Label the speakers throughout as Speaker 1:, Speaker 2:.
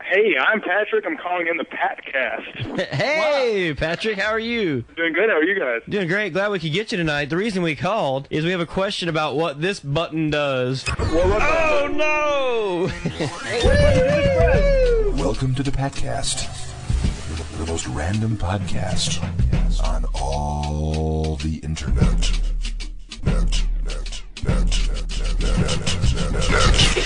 Speaker 1: Hey, I'm Patrick. I'm calling in the Patcast.
Speaker 2: Hey, Patrick, how are you?
Speaker 1: Doing good. How are you guys?
Speaker 2: Doing great. Glad we could get you tonight. The reason we called is we have a question about what this button does. Oh no!
Speaker 3: Welcome to the Patcast, the most random podcast on all the internet. Net, net, net, net, net, net, net, net.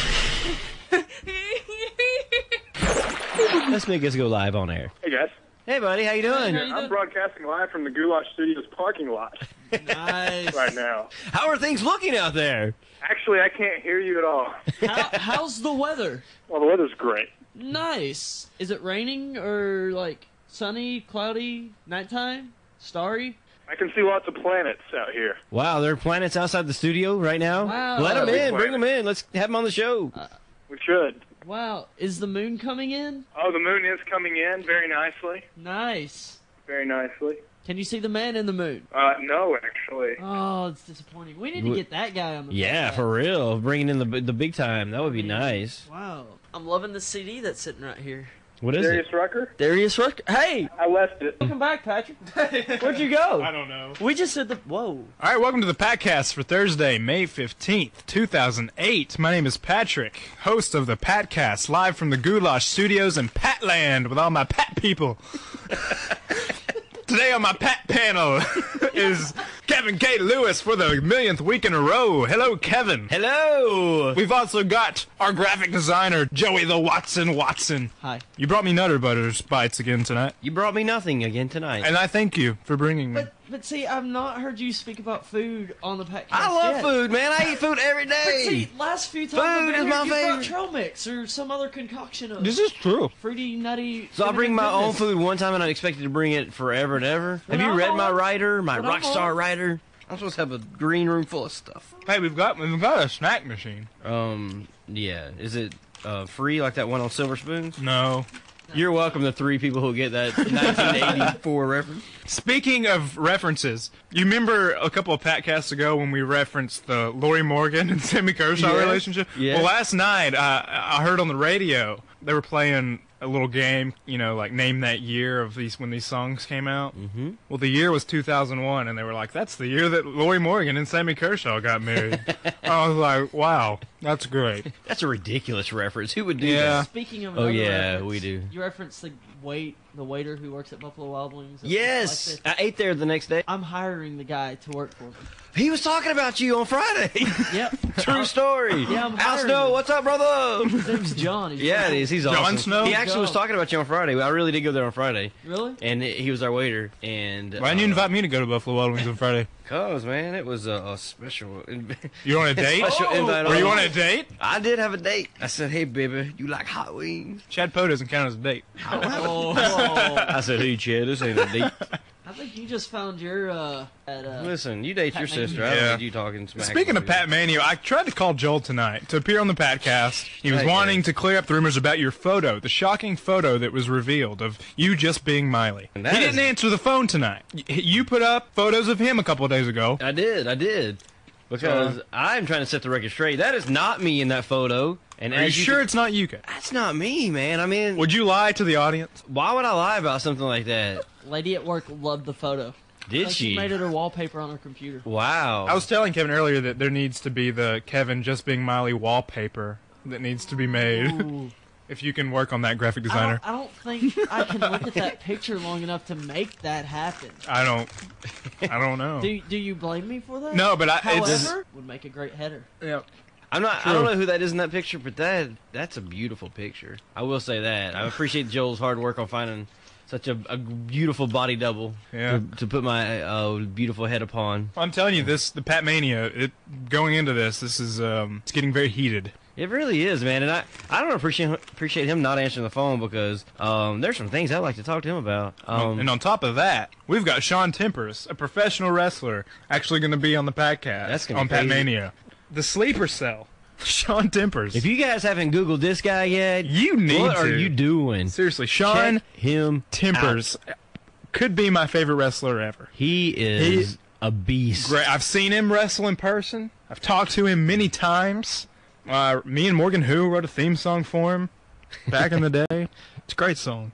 Speaker 2: Let's make us go live on air.
Speaker 1: Hey guys.
Speaker 2: Hey, buddy, how you doing?
Speaker 1: I'm broadcasting live from the Goulash Studios parking lot
Speaker 4: Nice.
Speaker 1: right now.
Speaker 2: How are things looking out there?
Speaker 1: Actually, I can't hear you at all.
Speaker 4: How, how's the weather?
Speaker 1: Well, the weather's great.
Speaker 4: Nice. Is it raining or like sunny, cloudy, nighttime, starry?
Speaker 1: I can see lots of planets out here.
Speaker 2: Wow, there are planets outside the studio right now.
Speaker 4: Wow.
Speaker 2: Let them
Speaker 1: Big
Speaker 2: in. Bring
Speaker 1: planet.
Speaker 2: them in. Let's have them on the show.
Speaker 1: We should.
Speaker 4: Wow. Is the moon coming in?
Speaker 1: Oh, the moon is coming in very nicely.
Speaker 4: Nice.
Speaker 1: Very nicely.
Speaker 4: Can you see the man in the moon?
Speaker 1: Uh, no, actually.
Speaker 4: Oh, it's disappointing. We need to
Speaker 2: Wh-
Speaker 4: get that guy on the
Speaker 2: yeah,
Speaker 4: podcast.
Speaker 2: for real. Bringing in the the big time. That would be nice.
Speaker 4: Wow. I'm loving the CD that's sitting right here.
Speaker 2: What is it?
Speaker 1: Darius Rucker?
Speaker 4: Darius Rucker. Hey!
Speaker 1: I left it.
Speaker 4: Welcome back, Patrick. Where'd you go?
Speaker 5: don't know.
Speaker 4: We just said the. Whoa.
Speaker 5: All right, welcome to the Patcast for Thursday, May 15th, 2008. My name is Patrick, host of the Patcast, live from the Goulash Studios in Patland with all my Pat people. Today on my Pat panel is Kevin K. Lewis for the millionth week in a row. Hello, Kevin.
Speaker 2: Hello.
Speaker 5: We've also got our graphic designer, Joey the Watson Watson.
Speaker 4: Hi.
Speaker 5: You brought me Nutter Butters bites again tonight,
Speaker 2: You brought me nothing again tonight.
Speaker 5: and I thank you for bringing me.
Speaker 4: But, but see, I've not heard you speak about food on the podcast.
Speaker 2: I love
Speaker 4: yet.
Speaker 2: food, man. I eat food every
Speaker 4: But
Speaker 2: day.
Speaker 4: see, last few times I've
Speaker 2: Food
Speaker 4: been
Speaker 2: is
Speaker 4: here,
Speaker 2: my
Speaker 4: you
Speaker 2: favorite.
Speaker 4: brought trail mix or some other concoction of
Speaker 5: is true.
Speaker 4: fruity, nutty.
Speaker 2: So I bring my own
Speaker 4: goodness.
Speaker 2: food one time, and I'm expected to bring it forever and ever.
Speaker 4: When
Speaker 2: have you
Speaker 4: I'm
Speaker 2: read my
Speaker 4: old-
Speaker 2: writer, my
Speaker 4: when I'm
Speaker 2: rock star
Speaker 4: old-
Speaker 2: writer? I'm supposed to have a green room full of stuff.
Speaker 5: Hey, we've got we've got a snack machine.
Speaker 2: Um, yeah. Is it uh, free like that one on Silver Spoons?
Speaker 5: No.
Speaker 2: You're welcome to three people who get that 1984 reference.
Speaker 5: Speaking of references, you remember a couple of podcasts ago when we referenced the Lori Morgan and Sammy Kershaw
Speaker 2: Yes.
Speaker 5: relationship?
Speaker 2: Yes.
Speaker 5: Well, last night uh, I heard on the radio they were playing a little game, you know, like name that year of these when these songs came out. Mm-hmm. Well, the year was 2001, and they were like, "That's the year that Lori Morgan and Sammy Kershaw got married." I was like, "Wow, that's great."
Speaker 2: That's a ridiculous reference. Who would do
Speaker 5: Yeah.
Speaker 2: that?
Speaker 4: Speaking of,
Speaker 2: Oh,
Speaker 4: another
Speaker 2: yeah,
Speaker 4: reference,
Speaker 2: we do.
Speaker 4: You referenced the wait, the waiter who works at Buffalo Wild Wings. and
Speaker 2: Yes,
Speaker 4: stuff like that.
Speaker 2: I ate there the next day.
Speaker 4: I'm hiring the guy to work for me.
Speaker 2: He was talking about you on Friday.
Speaker 4: Yep,
Speaker 2: True story.
Speaker 4: Yeah, I'm
Speaker 2: Al
Speaker 4: hiring
Speaker 2: Snow,
Speaker 4: him.
Speaker 2: what's up, brother?
Speaker 4: his name's John. He's
Speaker 2: yeah, it is. He's
Speaker 5: Jon
Speaker 2: awesome.
Speaker 5: Snow?
Speaker 2: He actually was talking about you on Friday. I really did go there on Friday,
Speaker 4: Really?
Speaker 2: and he was our waiter. And
Speaker 5: Why didn't you
Speaker 2: uh,
Speaker 5: invite me to go to Buffalo Wild Wings on Friday?
Speaker 2: Cause man, it was a, a special. In-
Speaker 5: You on a date?
Speaker 2: Special invite
Speaker 5: Were you on
Speaker 2: only.
Speaker 5: a date?
Speaker 2: I did have a date. I said, "Hey, baby, you like hot wings?"
Speaker 5: Chad Poe doesn't count as a date.
Speaker 4: Oh, whoa.
Speaker 2: I said, "Hey, Chad, this ain't a date."
Speaker 4: I
Speaker 2: Oh.
Speaker 4: think you just found your uh, at uh,
Speaker 2: Listen, you date your
Speaker 4: Pat Mania.
Speaker 2: sister. I
Speaker 5: Yeah.
Speaker 2: don't need you talking smack.
Speaker 5: Speaking
Speaker 2: about
Speaker 5: of Pat Manio, I tried to call Joel tonight to appear on the podcast. He was
Speaker 2: Hey,
Speaker 5: wanting
Speaker 2: man.
Speaker 5: to clear up the rumors about your photo, the shocking photo that was revealed of you just being Miley. He
Speaker 2: And that is-
Speaker 5: didn't answer the phone tonight. Y- You put up photos of him a couple of days ago.
Speaker 2: I did. I did. Because I'm trying to set the record straight. That is not me in that photo. And
Speaker 5: Are you
Speaker 2: as
Speaker 5: sure
Speaker 2: can-
Speaker 5: it's not you? Kat?
Speaker 2: that's not me, man? I mean,
Speaker 5: Would you lie to the audience?
Speaker 2: why would I lie about something like that?
Speaker 4: lady at work. Loved the photo.
Speaker 2: Did
Speaker 4: Like,
Speaker 2: she?
Speaker 4: made it her wallpaper on her computer.
Speaker 2: wow.
Speaker 5: I was telling Kevin earlier that there needs to be the Kevin just being Miley wallpaper that needs to be made.
Speaker 4: Ooh.
Speaker 5: if you can work on that
Speaker 4: I
Speaker 5: graphic designer.
Speaker 4: don't, I don't think I can look at that picture long enough to make that happen.
Speaker 5: I don't. I don't know.
Speaker 4: Do do you blame me for that?
Speaker 5: Oh. no, but I, it's
Speaker 4: However, would make a great header.
Speaker 2: I'm not. I don't
Speaker 5: True.
Speaker 2: know who that is in that picture, but that that's a beautiful picture. I will say that. I appreciate Joel's hard work on finding such a, a beautiful body double
Speaker 5: Yeah.
Speaker 2: to, to put my uh, beautiful head upon.
Speaker 5: I'm telling you, this the Pat Mania. It going into this, this is um, it's getting very heated.
Speaker 2: It really is, man. And I, I don't appreciate appreciate him not answering the phone because um, there's some things I'd like to talk to him about. Um,
Speaker 5: and on top of that, we've got Sean Tempers, a professional wrestler, actually going to be on the podcast
Speaker 2: That's gonna be
Speaker 5: on Pat
Speaker 2: crazy.
Speaker 5: Mania. The sleeper cell, Sean Tempers.
Speaker 2: if you guys haven't googled this guy yet,
Speaker 5: You need
Speaker 2: what are
Speaker 5: to.
Speaker 2: you doing?
Speaker 5: seriously, Sean
Speaker 2: Check him.
Speaker 5: Tempers could be my favorite wrestler ever.
Speaker 2: He is a beast.
Speaker 5: Great. I've seen him wrestle in person. I've talked to him many times. Uh, me and Morgan Who wrote a theme song for him. Back in the day, it's a great song.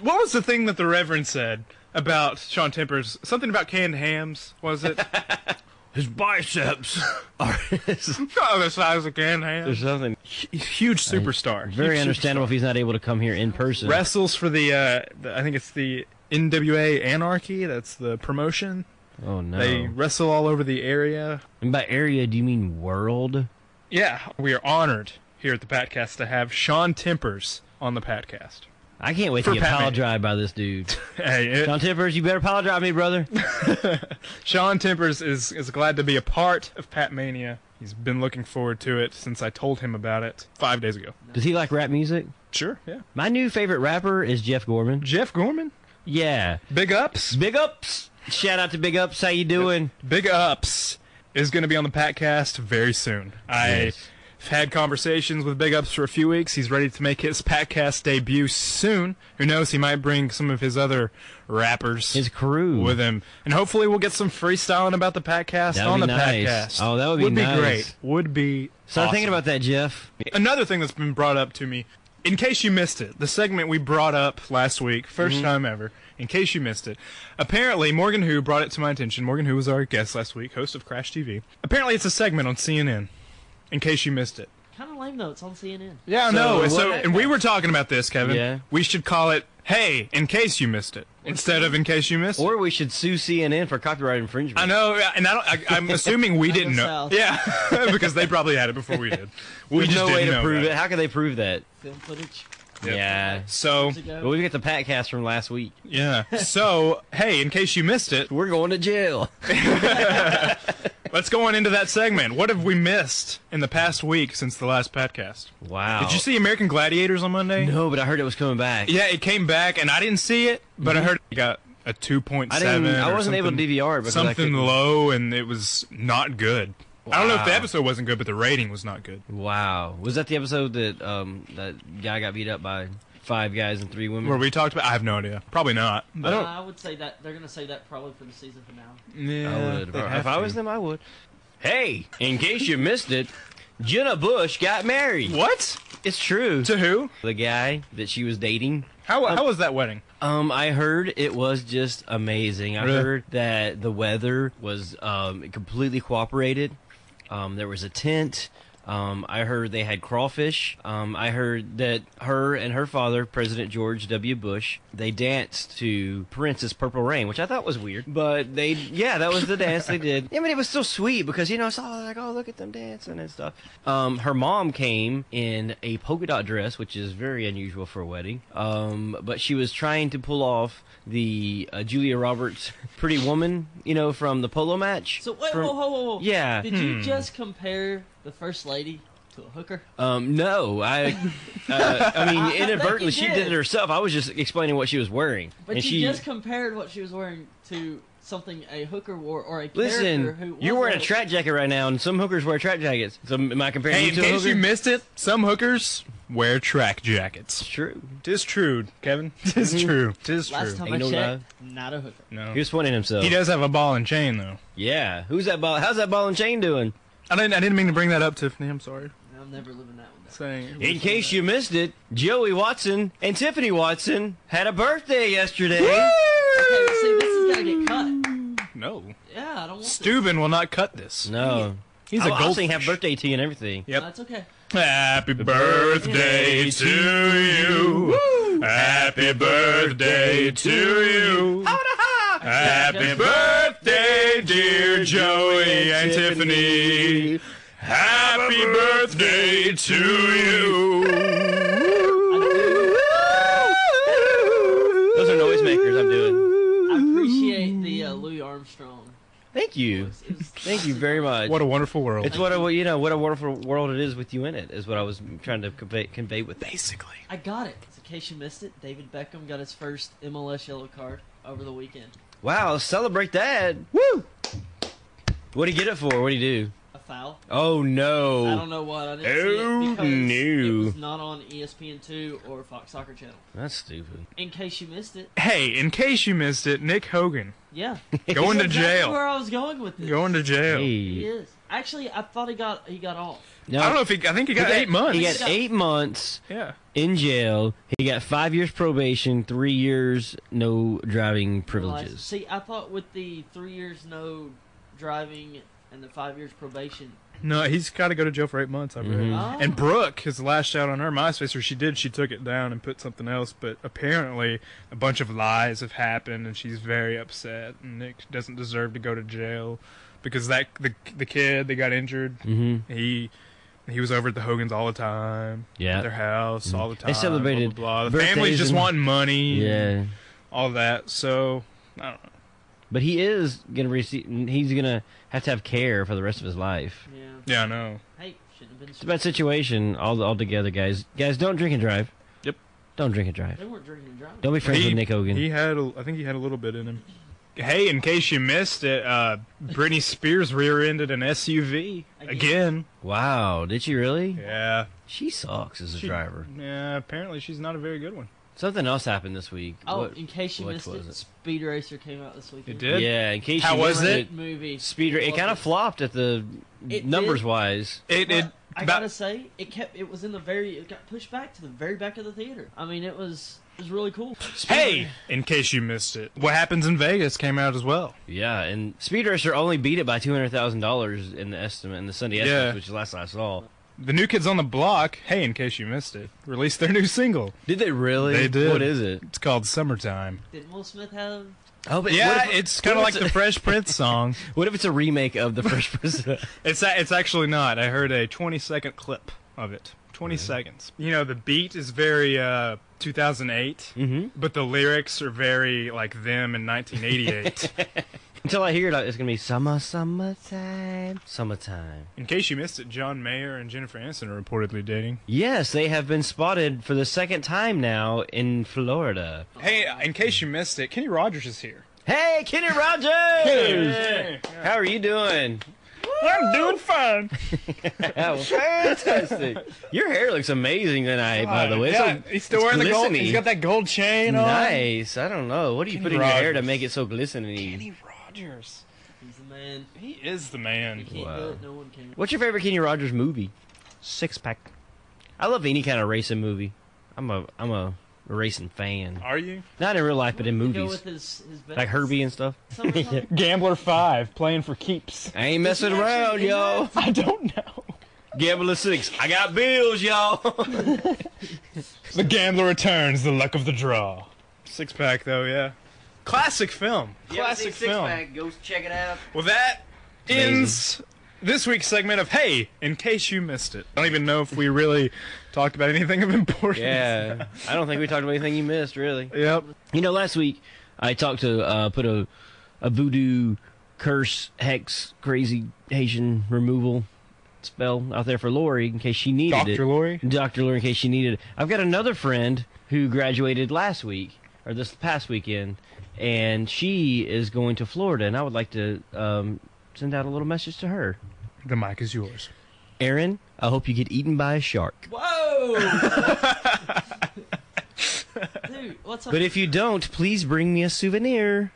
Speaker 5: What was the thing that the Reverend said about Sean Tempers? Something about canned hams, was it?
Speaker 2: His biceps are
Speaker 5: oh, the size of canned
Speaker 2: there's
Speaker 5: hams.
Speaker 2: something
Speaker 5: Huge superstar.
Speaker 2: very
Speaker 5: Huge
Speaker 2: understandable if he's not able to come here in person.
Speaker 5: superstar. Wrestles for the, uh, the, I think it's the NWA Anarchy. That's the promotion.
Speaker 2: oh no!
Speaker 5: They wrestle all over the area.
Speaker 2: and by area, do you mean world?
Speaker 5: Yeah, we are honored here at the Patcast to have Sean Tempers on the Patcast.
Speaker 2: I can't wait
Speaker 5: For
Speaker 2: to get
Speaker 5: Pat
Speaker 2: pile
Speaker 5: Man.
Speaker 2: drive by this dude.
Speaker 5: Hey, it-
Speaker 2: John Tippers, you better pile drive me, brother.
Speaker 5: Sean Tempers is, is glad to be a part of Pat Mania. He's been looking forward to it since I told him about it five days ago.
Speaker 2: Does he like rap music?
Speaker 5: Sure, yeah.
Speaker 2: My new favorite rapper is Jeff Gorman.
Speaker 5: Jeff Gorman,
Speaker 2: Yeah.
Speaker 5: Big Ups.
Speaker 2: Big ups. Shout out to Big Ups. How you doing?
Speaker 5: Big Ups is going to be on the Patcast very soon. I've
Speaker 2: Yes.
Speaker 5: had conversations with Big Ups for a few weeks. He's ready to make his Patcast debut soon. Who knows? He might bring some of his other rappers
Speaker 2: His crew.
Speaker 5: with him, and hopefully we'll get some freestyling about the Patcast
Speaker 2: That'd
Speaker 5: on
Speaker 2: be
Speaker 5: the
Speaker 2: nice.
Speaker 5: Patcast.
Speaker 2: Oh, that would be
Speaker 5: would be
Speaker 2: nice.
Speaker 5: great. Would be.
Speaker 2: so I'm thinking
Speaker 5: awesome.
Speaker 2: about that, Jeff.
Speaker 5: Another thing that's been brought up to me, in case you missed it, the segment we brought up last week, 1st
Speaker 2: Mm-hmm.
Speaker 5: time ever, in case you missed it. Apparently, Morgan Who brought it to my attention. Morgan Who was our guest last week, host of Crash TV. Apparently, it's a segment on CNN, in case you missed it.
Speaker 4: Kind of lame though. It's on CNN.
Speaker 5: Yeah,
Speaker 2: So
Speaker 5: no.
Speaker 2: what-
Speaker 5: So, and we were talking about this, Kevin.
Speaker 2: Yeah.
Speaker 5: We should call it, hey, in case you missed it, instead of in case you missed it.
Speaker 2: Or we should sue CNN for copyright
Speaker 5: I
Speaker 2: infringement.
Speaker 5: know, and I don't, I, I'm assuming we didn't know.
Speaker 4: south.
Speaker 5: Yeah, because they probably had it before we did. We
Speaker 2: There's
Speaker 5: just
Speaker 2: no
Speaker 5: didn't
Speaker 2: way to
Speaker 5: know
Speaker 2: prove
Speaker 5: about
Speaker 2: it. How can they prove that?
Speaker 4: Film footage.
Speaker 5: Yep.
Speaker 2: Yeah.
Speaker 5: So,
Speaker 4: years ago.
Speaker 2: But we get the podcast from last week.
Speaker 5: yeah. So, hey, in case you missed it,
Speaker 2: We're going to jail.
Speaker 5: let's go on into that segment. What have we missed in the past week since the last podcast?
Speaker 2: Wow.
Speaker 5: Did you see American Gladiators on Monday?
Speaker 2: No, but I heard it was coming back.
Speaker 5: Yeah, it came back, and I didn't see it, but I heard it got a 2.7.
Speaker 2: I didn't. Mm-hmm. I
Speaker 5: or
Speaker 2: wasn't able to
Speaker 5: something-
Speaker 2: DVR it because I
Speaker 5: Something
Speaker 2: couldn't-
Speaker 5: low, and it was not good. I don't know if the
Speaker 2: Wow.
Speaker 5: episode wasn't good, but the rating was not good.
Speaker 2: Wow. Was that the episode that um that guy got beat up by five guys and three women?
Speaker 5: Where we talked about, I have no idea. Probably not. I
Speaker 4: Uh,
Speaker 5: don't.
Speaker 4: I would say that they're gonna say that probably for the season finale.
Speaker 2: I would. If I was them, I would. Hey, in case you missed it, Jenna Bush got married.
Speaker 5: What?
Speaker 2: It's true.
Speaker 5: To who?
Speaker 2: The guy that she was dating.
Speaker 5: How how was that wedding?
Speaker 2: Um, I heard it was just amazing. I
Speaker 5: Really?
Speaker 2: heard that the weather was um, it completely cooperated. Um, there was a tent. Um, I heard they had crawfish. Um, I heard that her and her father, President George W. Bush, they danced to Prince's "Purple Rain," which I thought was weird, but they, yeah, that was the dance they did. I mean, it was still sweet because you know it's all like, oh, look at them dancing and stuff. Um, her mom came in a polka dot dress, which is very unusual for a wedding. Um, but she was trying to pull off the uh, Julia Roberts "Pretty Woman," you know, from the polo match.
Speaker 4: So wait,
Speaker 2: From-
Speaker 4: whoa, whoa, whoa, whoa.
Speaker 2: Yeah.
Speaker 4: Did you just compare the first lady to a hooker?
Speaker 2: Um, no, I, uh, I mean,
Speaker 4: think
Speaker 2: inadvertently
Speaker 4: you
Speaker 2: she did
Speaker 4: did.
Speaker 2: it herself. I was just explaining what she was wearing,
Speaker 4: But
Speaker 2: and
Speaker 4: you
Speaker 2: she.
Speaker 4: just compared what she was wearing to something a hooker wore or a character who.
Speaker 2: Listen,
Speaker 4: was
Speaker 2: you're wearing a
Speaker 4: hooker.
Speaker 2: trap jacket right now, and some hookers wear trap jackets. So am I comparing
Speaker 5: Hey,
Speaker 2: you
Speaker 5: in
Speaker 2: to a
Speaker 5: case
Speaker 2: hooker?
Speaker 5: you missed it, some hookers wear track jackets.
Speaker 2: True.
Speaker 5: Tis true, Kevin. Tis true. Tis true.
Speaker 4: Last time I
Speaker 2: Ain't no
Speaker 4: checked, not a hooker.
Speaker 5: no.
Speaker 2: He was pointing himself.
Speaker 5: He does have a ball and chain though.
Speaker 2: Yeah. Who's that ball? How's that ball and chain doing?
Speaker 5: I didn't. I didn't mean to bring that up, Tiffany. I'm sorry.
Speaker 4: I'm never living that one. Down.
Speaker 5: Saying.
Speaker 2: In case you missed it, Joey Watson and Tiffany Watson had a birthday yesterday.
Speaker 4: Okay, but see, this is gonna get cut.
Speaker 5: No.
Speaker 4: Yeah, I don't want this.
Speaker 5: Steuben will not cut this.
Speaker 2: No.
Speaker 5: He's
Speaker 2: I
Speaker 5: a
Speaker 2: will sing
Speaker 5: goldfish.
Speaker 2: have birthday tea and everything.
Speaker 5: Yep.
Speaker 4: That's okay.
Speaker 5: Happy birthday to you. Happy birthday to you. Happy birthday, dear Joey and Tiffany. Happy birthday to you.
Speaker 2: Those are noisemakers I'm doing.
Speaker 4: I appreciate the uh, Louis Armstrong.
Speaker 2: Thank you.
Speaker 4: It was-
Speaker 2: Thank you very much.
Speaker 5: What a wonderful world.
Speaker 2: it's what a you know what a wonderful world it is with you in it is what I was trying to convey, convey with basically.
Speaker 4: I got it. So in case you missed it, David Beckham got his first MLS yellow card over the weekend.
Speaker 2: Wow, celebrate that! Woo! What'd he get it for? What'd he do?
Speaker 4: A foul.
Speaker 2: Oh
Speaker 4: I
Speaker 2: no,
Speaker 4: don't know what. I didn't see
Speaker 2: Oh,
Speaker 4: it because
Speaker 2: no.
Speaker 4: it was not on E ESPN2 or Fox Soccer Channel.
Speaker 2: that's stupid.
Speaker 4: In case you missed it,
Speaker 5: Hey, in case you missed it, Nick Hogan
Speaker 4: yeah.
Speaker 5: going to
Speaker 4: That's exactly
Speaker 5: jail.
Speaker 4: Where I was going with this.
Speaker 5: Going to jail.
Speaker 4: He
Speaker 2: Hey,
Speaker 4: is. Actually, I thought he got he got off.
Speaker 2: No,
Speaker 5: I don't know if he. I think he got
Speaker 2: he
Speaker 5: eight months.
Speaker 2: He got eight months
Speaker 5: yeah.
Speaker 2: in jail. He got five years probation, three years no driving
Speaker 4: Like,
Speaker 2: privileges.
Speaker 4: See, I thought with the three years no driving and the five years probation.
Speaker 5: No, he's got to go to jail for eight months. I read.
Speaker 4: Oh.
Speaker 5: Mm. And Brooke has lashed out on her MySpace, or she did. She took it down and put something else. But apparently, a bunch of lies have happened, and she's very upset. And Nick doesn't deserve to go to jail because that the the kid that got injured,
Speaker 2: Mhm.
Speaker 5: he he was over at the Hogan's all the time.
Speaker 2: Yeah. Mm.
Speaker 5: at their house all the time.
Speaker 2: They celebrated
Speaker 5: blah, blah, blah. The
Speaker 2: birthdays
Speaker 5: family's just
Speaker 2: and-
Speaker 5: wanting money.
Speaker 2: Yeah,
Speaker 5: and all that. So I don't know.
Speaker 2: but he is gonna receive. He's gonna have to have care for the rest of his life.
Speaker 4: Yeah.
Speaker 5: Yeah, I know.
Speaker 4: Hey, shouldn't have been.
Speaker 2: It's a bad situation all all together, guys. Guys, don't drink and drive.
Speaker 5: Yep.
Speaker 2: Don't drink and drive.
Speaker 4: They weren't drinking and driving.
Speaker 2: Don't be friends
Speaker 5: he,
Speaker 2: with Nick Hogan.
Speaker 5: He had, a, I think he had a little bit in him. Hey, in case you missed it, uh, Britney Spears rear-ended an SUV again.
Speaker 2: wow, did she really?
Speaker 5: Yeah,
Speaker 2: She sucks as a
Speaker 5: She-
Speaker 2: driver.
Speaker 5: Yeah, apparently she's not a very good one.
Speaker 2: Something else happened this week.
Speaker 4: Oh,
Speaker 2: What-
Speaker 4: in case you
Speaker 2: what
Speaker 4: missed
Speaker 2: was
Speaker 4: it, Speed Racer came out this weekend.
Speaker 5: It did.
Speaker 2: Yeah, in case
Speaker 5: How
Speaker 2: you
Speaker 5: was
Speaker 2: missed
Speaker 4: Great movie.
Speaker 2: Speeder, it kind of flopped at the
Speaker 4: It
Speaker 2: numbers
Speaker 4: did.
Speaker 2: wise.
Speaker 5: It, it
Speaker 4: But I
Speaker 5: about-
Speaker 4: gotta say, it kept. It was in the very. It got pushed back to the very back of the theater. I mean, it was. It was really cool.
Speaker 5: hey, in case you missed it, what happens in Vegas came out as well.
Speaker 2: Yeah, and Speed Racer only beat it by two hundred thousand dollars in the estimate in the Sunday estimate,
Speaker 5: Yeah.
Speaker 2: which is last I saw.
Speaker 5: The new kids on the block. Hey, in case you missed it, released their new single.
Speaker 2: Did they really?
Speaker 5: They did.
Speaker 2: What is it?
Speaker 5: It's called "Summertime."
Speaker 4: Did Will Smith have?
Speaker 2: Oh, but
Speaker 5: Yeah,
Speaker 2: what if,
Speaker 5: it's kind of
Speaker 2: what
Speaker 5: like
Speaker 2: if
Speaker 5: the Fresh Prince song.
Speaker 2: what if it's a remake of the first person?
Speaker 5: It's a- it's actually not. I heard a 20 second clip of it. 20 seconds. You know, the beat is very uh 2008,
Speaker 2: Mhm.
Speaker 5: but the lyrics are very like them in 1988.
Speaker 2: Until I hear it, it's gonna be summer, summertime, summertime.
Speaker 5: in case you missed it, John Mayer and Jennifer Aniston are reportedly dating.
Speaker 2: Yes, they have been spotted for the second time now in Florida.
Speaker 5: Hey, uh, in case you missed it, Kenny Rogers is here.
Speaker 2: Hey, Kenny Rogers! How are you doing?
Speaker 5: I'm doing fine.
Speaker 2: Oh, fantastic! Your hair looks amazing tonight, by the way. It's
Speaker 5: Yeah,
Speaker 2: so-
Speaker 5: he's still
Speaker 2: it's
Speaker 5: wearing the gold.
Speaker 2: glisteny.
Speaker 5: He's got that gold chain on.
Speaker 2: Nice. I don't know. What are you
Speaker 5: Kenny
Speaker 2: put in your hair to
Speaker 5: Rogers.
Speaker 2: make it so glistening?
Speaker 5: Kenny Rogers.
Speaker 4: He's the man.
Speaker 5: He is the
Speaker 4: You
Speaker 5: man.
Speaker 4: can't
Speaker 2: Wow.
Speaker 4: do it. No one can.
Speaker 2: What's your favorite Kenny Rogers movie? Six Pack. I love any kind of racing movie. I'm a I'm a racing fan.
Speaker 5: Are you?
Speaker 2: Not in real life, but in
Speaker 4: You Go
Speaker 2: movies,
Speaker 4: with his, his best.
Speaker 2: like Herbie and stuff.
Speaker 4: Summertime?
Speaker 5: Gambler 5 playing for keeps.
Speaker 2: I ain't messing
Speaker 4: he actually
Speaker 2: around,
Speaker 4: in
Speaker 2: y'all.
Speaker 5: I don't know.
Speaker 2: Gambler six. I got bills, y'all.
Speaker 5: The Gambler Returns, The Luck of the Draw. Six pack, though, yeah. Classic film. Classic film.
Speaker 2: Go check it out.
Speaker 5: Well, that
Speaker 2: Amazing.
Speaker 5: ends this week's segment of Hey, in case you missed it. I don't even know if we really talked about anything of importance.
Speaker 2: Yeah, I don't think we talked about anything you missed, really.
Speaker 5: Yep.
Speaker 2: You know, last week I talked to uh, put a a voodoo curse hex crazy Haitian removal spell out there for Lori in case she needed it.
Speaker 5: Dr. Lori.
Speaker 2: Dr. Lori in case she needed it. I've got another friend who graduated last week or this past weekend, and she is going to Florida, and I would like to um, send out a little message to her.
Speaker 5: The mic is yours.
Speaker 2: Aaron, I hope you get eaten by a shark.
Speaker 4: Whoa. Dude, what's up?
Speaker 2: But if you don't, please bring me a souvenir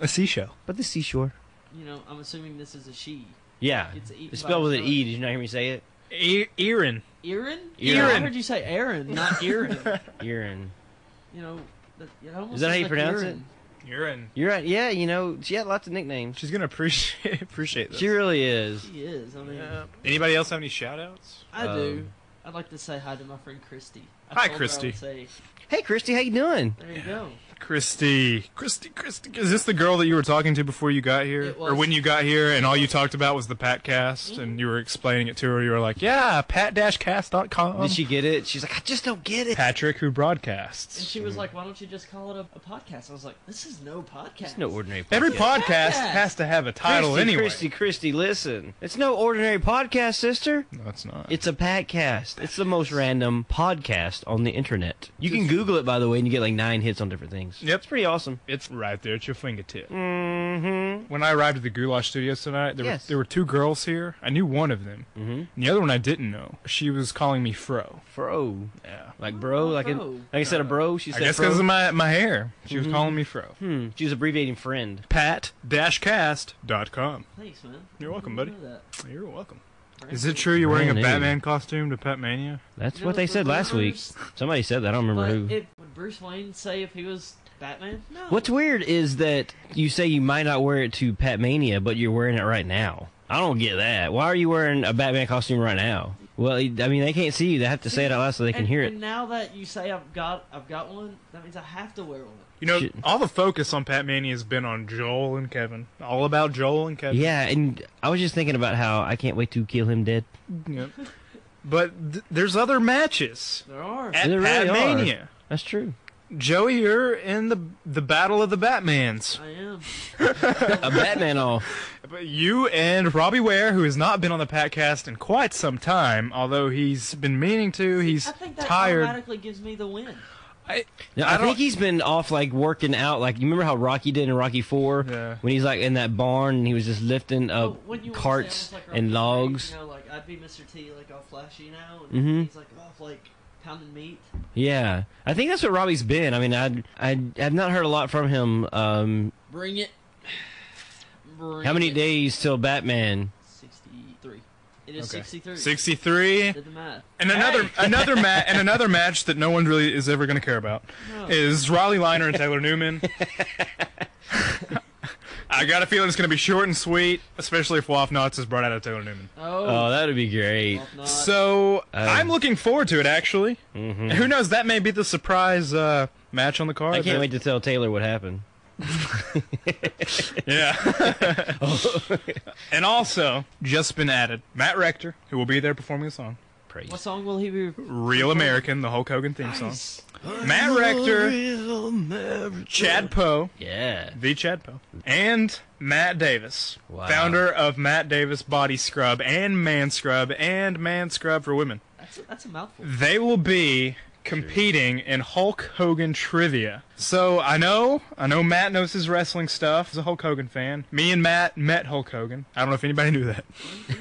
Speaker 5: A seashell.
Speaker 2: by the seashore.
Speaker 4: you know, I'm assuming this is a she.
Speaker 2: Yeah.
Speaker 4: It's eaten
Speaker 2: It's
Speaker 4: by
Speaker 2: spelled
Speaker 4: a
Speaker 2: with an
Speaker 4: shark.
Speaker 2: E. Did you not hear me say it?
Speaker 5: E-, Erin.
Speaker 4: Erin?
Speaker 2: Erin.
Speaker 4: I heard you say Aaron, not Erin.
Speaker 2: Erin.
Speaker 4: you know, that, it almost
Speaker 2: Is that how
Speaker 4: sounds
Speaker 2: you
Speaker 4: like
Speaker 2: pronounce
Speaker 4: urine.
Speaker 5: Erin.
Speaker 2: You're right. Yeah, you know, she had lots of nicknames.
Speaker 5: She's going to appreciate appreciate this.
Speaker 2: She really is.
Speaker 4: She is. I mean,
Speaker 5: Anybody else have any shout outs?
Speaker 4: I do.
Speaker 2: Um,
Speaker 4: I'd like to say hi to my friend Christy. I
Speaker 5: Hi,
Speaker 4: told her I
Speaker 5: Christy.
Speaker 4: would say,
Speaker 2: Hey, Christy, how you doing?
Speaker 4: there you go.
Speaker 5: Christy. Christy, Christy. Is this the girl that you were talking to before you got here?
Speaker 4: It was. Mm-hmm.
Speaker 5: Or when you got here and all you talked about was the Patcast and you were explaining it to her? You were like, yeah, pat-cast.com.
Speaker 2: Did she get it? She's like, I just don't get it.
Speaker 5: Patrick, who
Speaker 4: And
Speaker 5: broadcasts.
Speaker 4: she was like, why don't you just call it a, a podcast? I was like, this is no podcast.
Speaker 2: Mm-hmm. It's no ordinary podcast.
Speaker 5: Every podcast
Speaker 4: Podcast.
Speaker 5: has to have a title
Speaker 2: Christy,
Speaker 5: anyway.
Speaker 2: Christy, Christy, listen. It's no ordinary podcast, sister.
Speaker 5: No, it's not.
Speaker 2: It's a podcast. It's the most random podcast on the internet. You can Google it, by the way, and you get like nine hits on different things. things.
Speaker 5: Yep.
Speaker 2: It's pretty awesome.
Speaker 5: It's right there at your fingertip.
Speaker 4: Mm.
Speaker 2: Mm-hmm.
Speaker 5: When I arrived at the Goulash Studios tonight, there,
Speaker 2: Yes.
Speaker 5: were, there were two girls here. I knew one of them.
Speaker 2: Mhm.
Speaker 5: And the other one I didn't know. She was calling me Fro.
Speaker 2: Fro.
Speaker 5: Yeah.
Speaker 2: Like bro, like a,
Speaker 4: Fro.
Speaker 2: like I said, a bro. She
Speaker 5: I
Speaker 2: said
Speaker 5: guess
Speaker 2: fro.
Speaker 5: because of my, my hair. She was calling me Fro.
Speaker 2: hmm. She was abbreviating friend.
Speaker 5: Pat-cast.com.
Speaker 4: Thanks, man.
Speaker 5: You're
Speaker 4: I
Speaker 5: welcome,
Speaker 4: didn't
Speaker 5: buddy.
Speaker 4: know that.
Speaker 5: You're welcome.
Speaker 4: Right.
Speaker 5: Is it true you're wearing a
Speaker 2: Man, hey.
Speaker 5: Batman costume to Pet Mania?
Speaker 2: That's
Speaker 4: You know
Speaker 2: what they
Speaker 4: what's
Speaker 2: said
Speaker 4: the
Speaker 2: last week.
Speaker 4: worst?
Speaker 2: Somebody said that. I don't remember
Speaker 4: But
Speaker 2: who.
Speaker 4: if, would Bruce Wayne say if he was Batman? No.
Speaker 2: What's weird is that you say you might not wear it to Pat Mania, but you're wearing it right now. I don't get that. Why are you wearing a Batman costume right now? Well, I mean, they can't see you. They have to say it out loud so they can
Speaker 4: and,
Speaker 2: hear
Speaker 4: And
Speaker 2: it.
Speaker 4: now that you say I've got I've got one, that means I have to wear one.
Speaker 5: You know,
Speaker 2: Shit.
Speaker 5: all the focus on Pat Mania has been on Joel and Kevin. All about Joel and Kevin.
Speaker 2: Yeah, and I was just thinking about how I can't wait to kill him dead.
Speaker 5: Yep. But th- there's other matches
Speaker 4: There are.
Speaker 5: at
Speaker 2: There
Speaker 5: Pat
Speaker 2: really are.
Speaker 5: Mania.
Speaker 2: That's true.
Speaker 5: Joey, you're in the the Battle of the Batmans.
Speaker 4: I am.
Speaker 2: A Batman all.
Speaker 5: But You and Robbie Ware, who has not been on the podcast in quite some time, although he's been meaning to. He's
Speaker 4: I think that
Speaker 5: tired.
Speaker 4: automatically gives me the win.
Speaker 5: I,
Speaker 2: Now,
Speaker 5: I
Speaker 2: I,
Speaker 5: don't-
Speaker 2: think he's been off like working out. Like you remember how Rocky did in Rocky Four
Speaker 5: Yeah.
Speaker 2: when he's like in that barn and he was just lifting
Speaker 4: Oh,
Speaker 2: up
Speaker 4: wouldn't you wanna say I
Speaker 2: carts
Speaker 4: was like Rocky
Speaker 2: and
Speaker 4: Three,
Speaker 2: logs.
Speaker 4: You know, like I'd be Mr. T, like all flashy now, and
Speaker 2: Mhm.
Speaker 4: he's like off like pounding meat.
Speaker 2: Yeah, I think that's what Robbie's been. I mean, I I have not heard a lot from him. Um,
Speaker 4: Bring it. Bring
Speaker 2: how many
Speaker 4: it.
Speaker 2: days till Batman?
Speaker 4: Sixty-three. It is
Speaker 5: Okay.
Speaker 4: sixty-three.
Speaker 5: 63
Speaker 4: Did the math.
Speaker 5: and another another ma- and another match that no one really is ever going to care about
Speaker 4: No.
Speaker 5: is Raleigh Liner and Taylor Newman. I got a feeling it's going to be short and sweet, especially if Waff Knots is brought out of Taylor Newman.
Speaker 4: Oh.
Speaker 2: Oh, that would be great.
Speaker 5: Uh,
Speaker 4: off not.
Speaker 5: So
Speaker 2: Oh.
Speaker 5: I'm looking forward to it. Actually,
Speaker 2: Mhm.
Speaker 5: who knows? That may be the surprise uh, match on the card.
Speaker 2: I can't wait to tell Taylor what happened.
Speaker 5: Yeah. and also, just been added Matt Rector, who will be there performing the song.
Speaker 2: Praise.
Speaker 4: what song will he be?
Speaker 5: Real American, the Hulk Hogan theme song. Matt Rector, Chad Poe,
Speaker 2: Yeah.
Speaker 5: the Chad Poe, and Matt Davis,
Speaker 2: Wow.
Speaker 5: founder of Matt Davis Body Scrub and Man Scrub and Man Scrub for Women.
Speaker 4: That's a, that's a mouthful.
Speaker 5: They will be competing in Hulk Hogan trivia. So I know, I know Matt knows his wrestling stuff. He's a Hulk Hogan fan. Me and Matt met Hulk Hogan. I don't know if anybody knew that.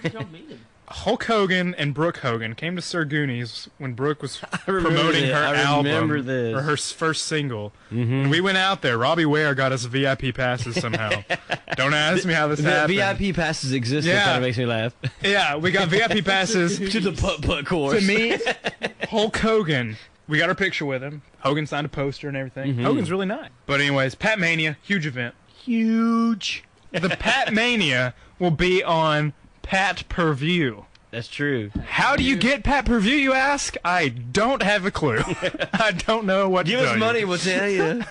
Speaker 4: Did y'all meet him?
Speaker 5: Hulk Hogan and Brooke Hogan came to Sir Goonies when Brooke was
Speaker 2: remember
Speaker 5: promoting
Speaker 2: this.
Speaker 5: her
Speaker 2: I remember
Speaker 5: album
Speaker 2: this. Mm-hmm.
Speaker 5: or her s- first single. And we went out there. Robbie Ware got us VIP passes somehow. Don't ask me how this
Speaker 2: The
Speaker 5: happened.
Speaker 2: VIP passes exist. Yeah.
Speaker 5: Yeah.
Speaker 2: Kind of makes me laugh.
Speaker 5: Yeah, we got VIP passes
Speaker 2: to the putt putt
Speaker 5: to
Speaker 2: course.
Speaker 5: meet Hulk Hogan. We got our picture with him. Hogan signed a poster and everything.
Speaker 2: Mm-hmm.
Speaker 5: Hogan's really nice. But anyways, Pat Mania, huge event. Huge. The Pat Mania will be on Pat Purview.
Speaker 2: That's true.
Speaker 5: How do you get Pat Purview, you ask? I don't have a clue. I don't know what
Speaker 2: Give
Speaker 5: to
Speaker 2: us
Speaker 5: tell
Speaker 2: money,
Speaker 5: You.
Speaker 2: we'll tell you.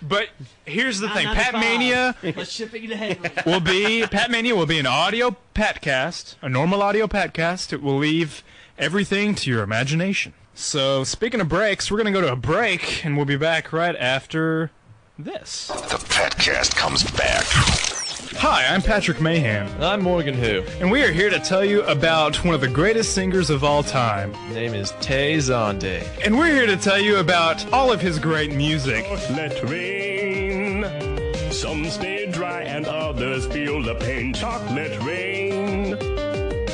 Speaker 5: But here's the thing. Pat
Speaker 4: 995,
Speaker 5: Mania
Speaker 4: Plus shipping to Henry.
Speaker 5: will be Pat Mania will be an audio podcast, a normal audio podcast. It will leave everything to your imagination. So, speaking of breaks, we're going to go to a break and we'll be back right after this.
Speaker 3: The Patcast comes back.
Speaker 5: Hi, I'm Patrick Mahan,
Speaker 6: I'm Morgan Who.
Speaker 5: and we are here to tell you about one of the greatest singers of all time.
Speaker 6: Name is Tay Zonde.
Speaker 5: And we're here to tell you about all of his great music.
Speaker 7: Let rain. Some stay dry and others feel the pain. Chocolate rain.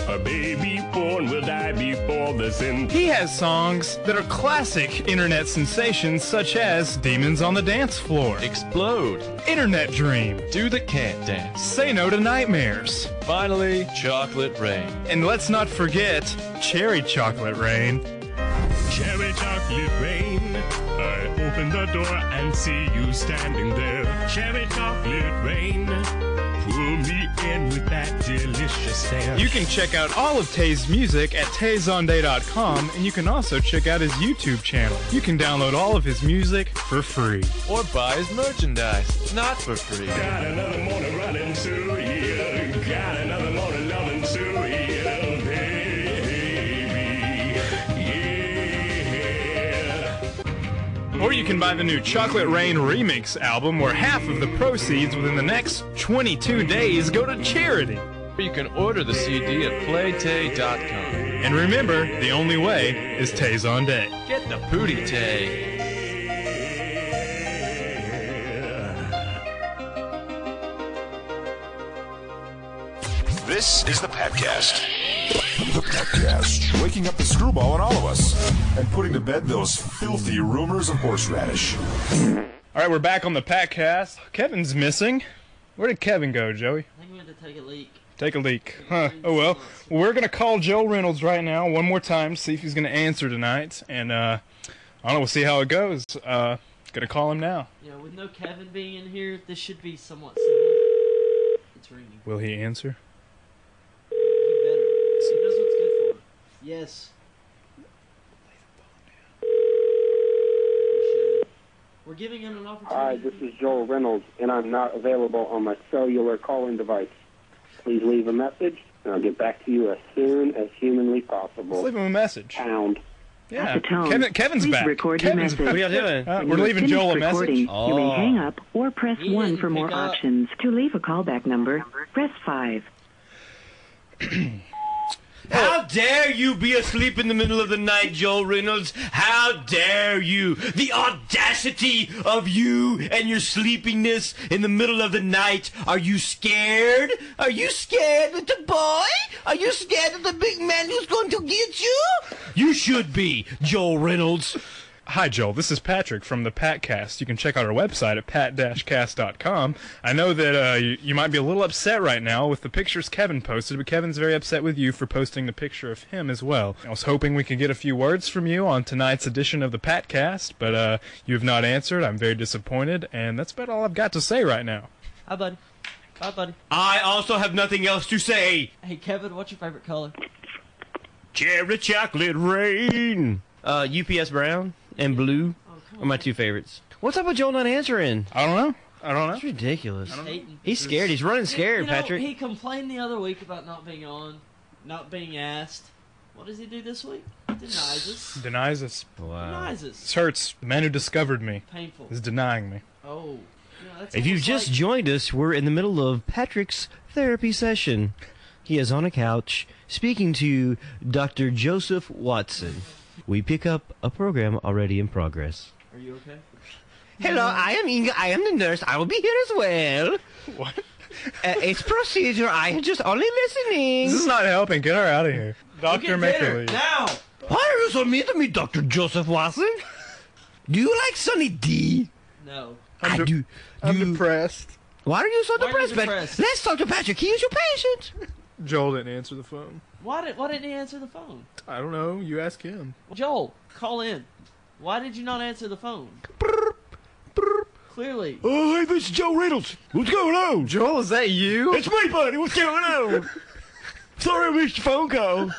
Speaker 7: A baby born will die before the sin.
Speaker 5: He has songs that are classic internet sensations such as Demons on the Dance Floor,
Speaker 6: Explode.
Speaker 5: Internet Dream,
Speaker 6: Do the can't dance.
Speaker 5: Say No to Nightmares,
Speaker 6: Finally, Chocolate Rain.
Speaker 5: and let's not forget Cherry Chocolate Rain.
Speaker 7: Cherry chocolate rain. I open the door and see you standing there. Cherry chocolate rain. Pull me in with that delicious stare.
Speaker 5: You can check out all of Tay's music at tayzonday.com and you can also check out his YouTube channel. You can download all of his music for free.
Speaker 6: Or buy his merchandise. Not for free.
Speaker 7: Got another morning running to you. Got another morning loving to you, baby. Yeah.
Speaker 5: Or you can buy the new Chocolate Rain Remix album where half of the proceeds within the next 22 days go to charity.
Speaker 6: Or you can order the CD at playtay.com.
Speaker 5: And remember, the only way is Tay's on Day.
Speaker 6: Get the booty Tay.
Speaker 3: This is the Patcast. The Patcast. Waking up the screwball in all of us and putting to bed those filthy rumors of horseradish.
Speaker 5: All right, we're back on the Patcast. Kevin's missing. Where did Kevin go, Joey?
Speaker 4: I think we had to take a leak.
Speaker 5: Take a leak. Huh. Oh well. We're gonna call Joe Reynolds right now one more time to see if he's gonna answer tonight, and uh, I don't know. We'll see how it goes. Uh, gonna call him now.
Speaker 4: You know, with no Kevin being in here, this should be somewhat smooth. It's ringing.
Speaker 5: Will he answer?
Speaker 4: He better. He knows what's good for him. Yes. We should. We're giving him an
Speaker 8: Hi, this
Speaker 4: opportunity.
Speaker 8: is Joel Reynolds, and I'm not available on my cellular calling device. Please leave a message, and I'll get back to you as soon as humanly
Speaker 5: Let's
Speaker 8: possible.
Speaker 5: leave him a message.
Speaker 8: Pound.
Speaker 5: Yeah.
Speaker 9: At the tone,
Speaker 5: Kevin, Kevin's
Speaker 9: please
Speaker 5: back.
Speaker 9: record your
Speaker 5: Kevin's
Speaker 9: message.
Speaker 2: What y'all doing?
Speaker 5: back. Uh,
Speaker 9: When
Speaker 5: we're
Speaker 9: you
Speaker 5: leaving
Speaker 9: finish
Speaker 5: Joel a
Speaker 9: recording,
Speaker 5: message.
Speaker 9: You
Speaker 2: Oh.
Speaker 9: may hang up or press
Speaker 4: He
Speaker 9: 1
Speaker 4: didn't
Speaker 9: for more
Speaker 4: pick up.
Speaker 9: options. To leave a callback number, press 5.
Speaker 2: How dare you be asleep in the middle of the night, Joel Reynolds? How dare you? The audacity of you and your sleepiness in the middle of the night. Are you scared? Are you scared of the boy? Are you scared of the big man who's going to get you? You should be, Joel Reynolds.
Speaker 5: Hi, Joel. This is Patrick from the Patcast. You can check out our website at pat-cast.com. I know that uh, you, you might be a little upset right now with the pictures Kevin posted, but Kevin's very upset with you for posting the picture of him as well. I was hoping we could get a few words from you on tonight's edition of the Patcast, but uh, you have not answered. I'm very disappointed, and that's about all I've got to say right now.
Speaker 4: Hi, buddy. Bye, buddy.
Speaker 2: I also have nothing else to say.
Speaker 4: Hey, Kevin, what's your favorite color?
Speaker 2: Cherry chocolate rain. Uh, UPS brown and blue are my two favorites. What's up with Joel not answering?
Speaker 5: I don't know. I don't know.
Speaker 2: That's ridiculous.
Speaker 4: Hating.
Speaker 2: He's scared. He's running scared,
Speaker 4: You know,
Speaker 2: Patrick.
Speaker 4: He complained the other week about not being on, not being asked. What does he do this week? Denies us.
Speaker 5: Denies us.
Speaker 2: wow.
Speaker 4: Denies
Speaker 5: This
Speaker 4: us.
Speaker 5: hurts. The man who discovered me
Speaker 4: Painful.
Speaker 5: is denying me.
Speaker 4: Oh. You know, that's
Speaker 2: If you've
Speaker 4: almost
Speaker 2: just
Speaker 4: like-
Speaker 2: joined us, we're in the middle of Patrick's therapy session. He is on a couch speaking to Dr. Joseph Watson. We pick up a program already in progress.
Speaker 4: Are you okay?
Speaker 2: Hello, I am Inga. I am the nurse. I will be here as well.
Speaker 5: What?
Speaker 2: Uh, it's procedure. I am just only listening.
Speaker 5: This is not helping. Get her out of here.
Speaker 4: Get
Speaker 5: Doctor, make her
Speaker 4: dinner,
Speaker 5: leave.
Speaker 4: now.
Speaker 2: Why are you so mean to me, Dr. Joseph Watson? Do you like Sunny D?
Speaker 4: No.
Speaker 5: I'm
Speaker 2: I
Speaker 5: de-
Speaker 2: do.
Speaker 5: I'm
Speaker 2: do-
Speaker 5: depressed.
Speaker 2: Why are you so
Speaker 4: Why are you
Speaker 2: depressed, Pat-
Speaker 4: depressed?
Speaker 2: Let's talk to Patrick. He is your patient.
Speaker 5: Joel didn't answer the phone.
Speaker 4: Why did Why didn't he answer the phone?
Speaker 5: I don't know. You ask him.
Speaker 4: Joel, call in. Why did you not answer the phone? Clearly.
Speaker 2: Oh, hey, this is Joe Reynolds. What's going on?
Speaker 5: Joel, is that you?
Speaker 2: It's me, buddy. What's going on? Sorry I missed your phone call.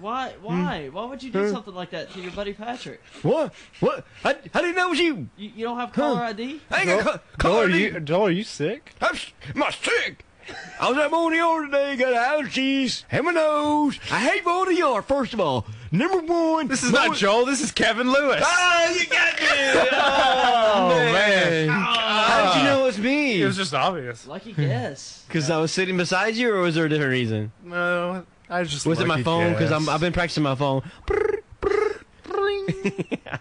Speaker 4: Why? Why? Why would you do something like that to your buddy Patrick?
Speaker 2: What? What? I, I didn't know it was you.
Speaker 4: You, you don't have caller ID?
Speaker 2: I ain't
Speaker 5: Joel,
Speaker 2: got call,
Speaker 5: Joel, are you, Joel, are you sick?
Speaker 2: I'm, s- my sick. I was at Boneyard today, got allergies, and my nose. I hate Boneyard, first of all. Number one.
Speaker 5: This is not Joel. This is Kevin Lewis.
Speaker 2: Oh, you got me. Oh,
Speaker 5: man.
Speaker 2: How did you know it's me?
Speaker 5: It was just obvious.
Speaker 4: Lucky guess.
Speaker 2: Because I was sitting beside you, or was there a different reason?
Speaker 5: No, I was just.
Speaker 2: Was it my
Speaker 5: lucky
Speaker 2: phone? Because
Speaker 5: guess.
Speaker 2: I've been practicing my phone.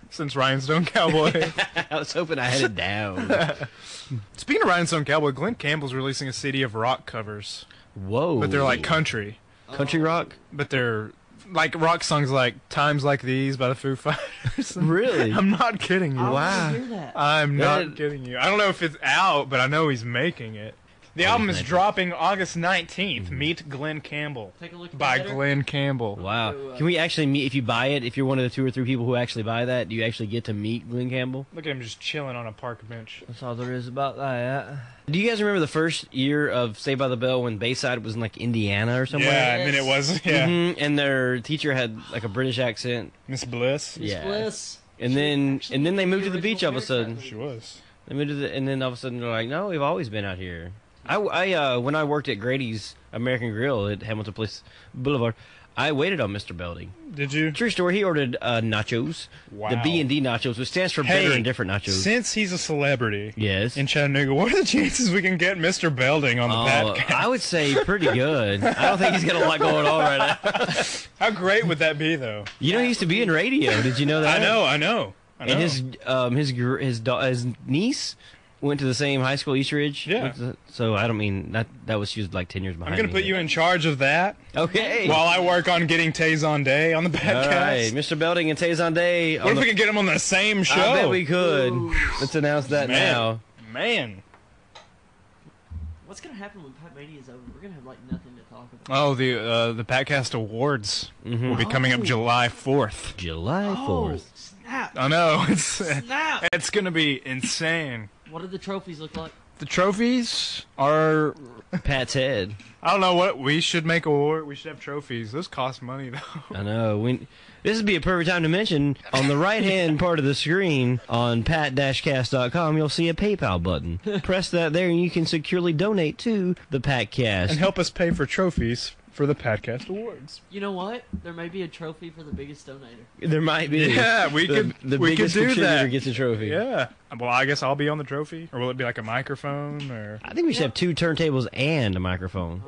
Speaker 5: since Rhinestone Cowboy.
Speaker 2: I was hoping I had it down.
Speaker 5: Speaking of Rhinestone Cowboy, Glenn Campbell's releasing a CD of rock covers,
Speaker 2: Whoa.
Speaker 5: but they're like country,
Speaker 2: country rock.
Speaker 5: but they're like rock songs like "Times Like These" by the Foo Fighters.
Speaker 2: Really?
Speaker 5: I'm not kidding you.
Speaker 4: I wow. hear that.
Speaker 5: I'm
Speaker 2: That-
Speaker 5: not kidding you. I don't know if it's out, but I know he's making it. The album is
Speaker 2: 19th.
Speaker 5: dropping August 19th.
Speaker 2: Mm-hmm.
Speaker 5: Meet Glenn Campbell
Speaker 4: Take a look at
Speaker 5: by
Speaker 4: the header.
Speaker 5: Glenn Campbell.
Speaker 2: Wow.
Speaker 4: So, uh,
Speaker 2: Can we actually meet if you buy it? If you're one of the two or three people who actually buy that, do you actually get to meet Glenn Campbell?
Speaker 5: Look at him just chilling on a park bench.
Speaker 2: That's all there is about that. Do you guys remember the first year of Saved by the Bell when Bayside was in like Indiana or somewhere?
Speaker 5: Yeah, I mean it was yeah.
Speaker 2: Mhm, and their teacher had like a British accent.
Speaker 5: Miss Bliss.
Speaker 2: Yeah.
Speaker 4: Bliss.
Speaker 2: And then and then they moved to the beach all of a sudden.
Speaker 5: She was.
Speaker 2: They moved to the, and then all of a sudden they're like, no, we've always been out here. I, I uh, when I worked at Grady's American Grill at Hamilton Place Boulevard, I waited on Mr. Belding.
Speaker 5: Did you?
Speaker 2: True story. He ordered uh, nachos, the
Speaker 5: Wow.
Speaker 2: B and D nachos, which stands for better and different nachos.
Speaker 5: Since he's a celebrity
Speaker 2: yes.
Speaker 5: in Chattanooga, what are the chances we can get Mr. Belding on the
Speaker 2: Oh,
Speaker 5: podcast?
Speaker 2: I would say pretty good. I don't think he's got a lot going on right now.
Speaker 5: How great would that be, though?
Speaker 2: You know, he used to be in radio. Did you know that?
Speaker 5: I know, I know. I know.
Speaker 2: And his um his gr- his da- his niece went to the same high school, East Ridge.
Speaker 5: Yeah.
Speaker 2: Went to- So I don't mean that. That was she was like ten years behind.
Speaker 5: I'm gonna
Speaker 2: me,
Speaker 5: put
Speaker 2: but-
Speaker 5: you in charge of that
Speaker 2: Okay.
Speaker 5: while I work on getting Tazon Day on the
Speaker 2: All right,
Speaker 5: podcast.
Speaker 2: Mr. Belding and Tazon Day.
Speaker 5: What
Speaker 2: on
Speaker 5: if
Speaker 2: the-
Speaker 5: we could get him on the same show?
Speaker 2: I bet we could. Let's announce that
Speaker 5: Man.
Speaker 2: now.
Speaker 5: Man.
Speaker 4: What's gonna happen when Pipe Mania is over? We're gonna have like nothing to talk about.
Speaker 5: Oh, the uh, the Patcast Awards
Speaker 2: Mm-hmm.
Speaker 5: will be coming up July 4th.
Speaker 2: July
Speaker 4: Oh,
Speaker 2: fourth.
Speaker 4: snap!
Speaker 5: I know it's
Speaker 4: Snap!
Speaker 5: it's gonna be insane.
Speaker 4: What do the trophies look like?
Speaker 5: The trophies are
Speaker 2: Pat's head.
Speaker 5: I don't know what we should make award. We should have trophies. Those cost money though.
Speaker 2: I know. We, this would be a perfect time to mention on the right hand part of the screen on pat-cast.com, you'll see a PayPal button. Press that there and you can securely donate to the
Speaker 5: And
Speaker 2: PatCast.
Speaker 5: help us pay for trophies for the Patcast Awards.
Speaker 4: You know what? There may be a trophy for the biggest donator.
Speaker 2: There might be.
Speaker 5: Yeah, we
Speaker 2: the,
Speaker 5: could-
Speaker 2: The
Speaker 5: we could
Speaker 2: biggest
Speaker 5: do
Speaker 2: contributor
Speaker 5: that.
Speaker 2: gets a trophy.
Speaker 5: Yeah. Well, I guess I'll be on the trophy, or will it be like a microphone? Or
Speaker 2: I think we should have two turntables and a microphone.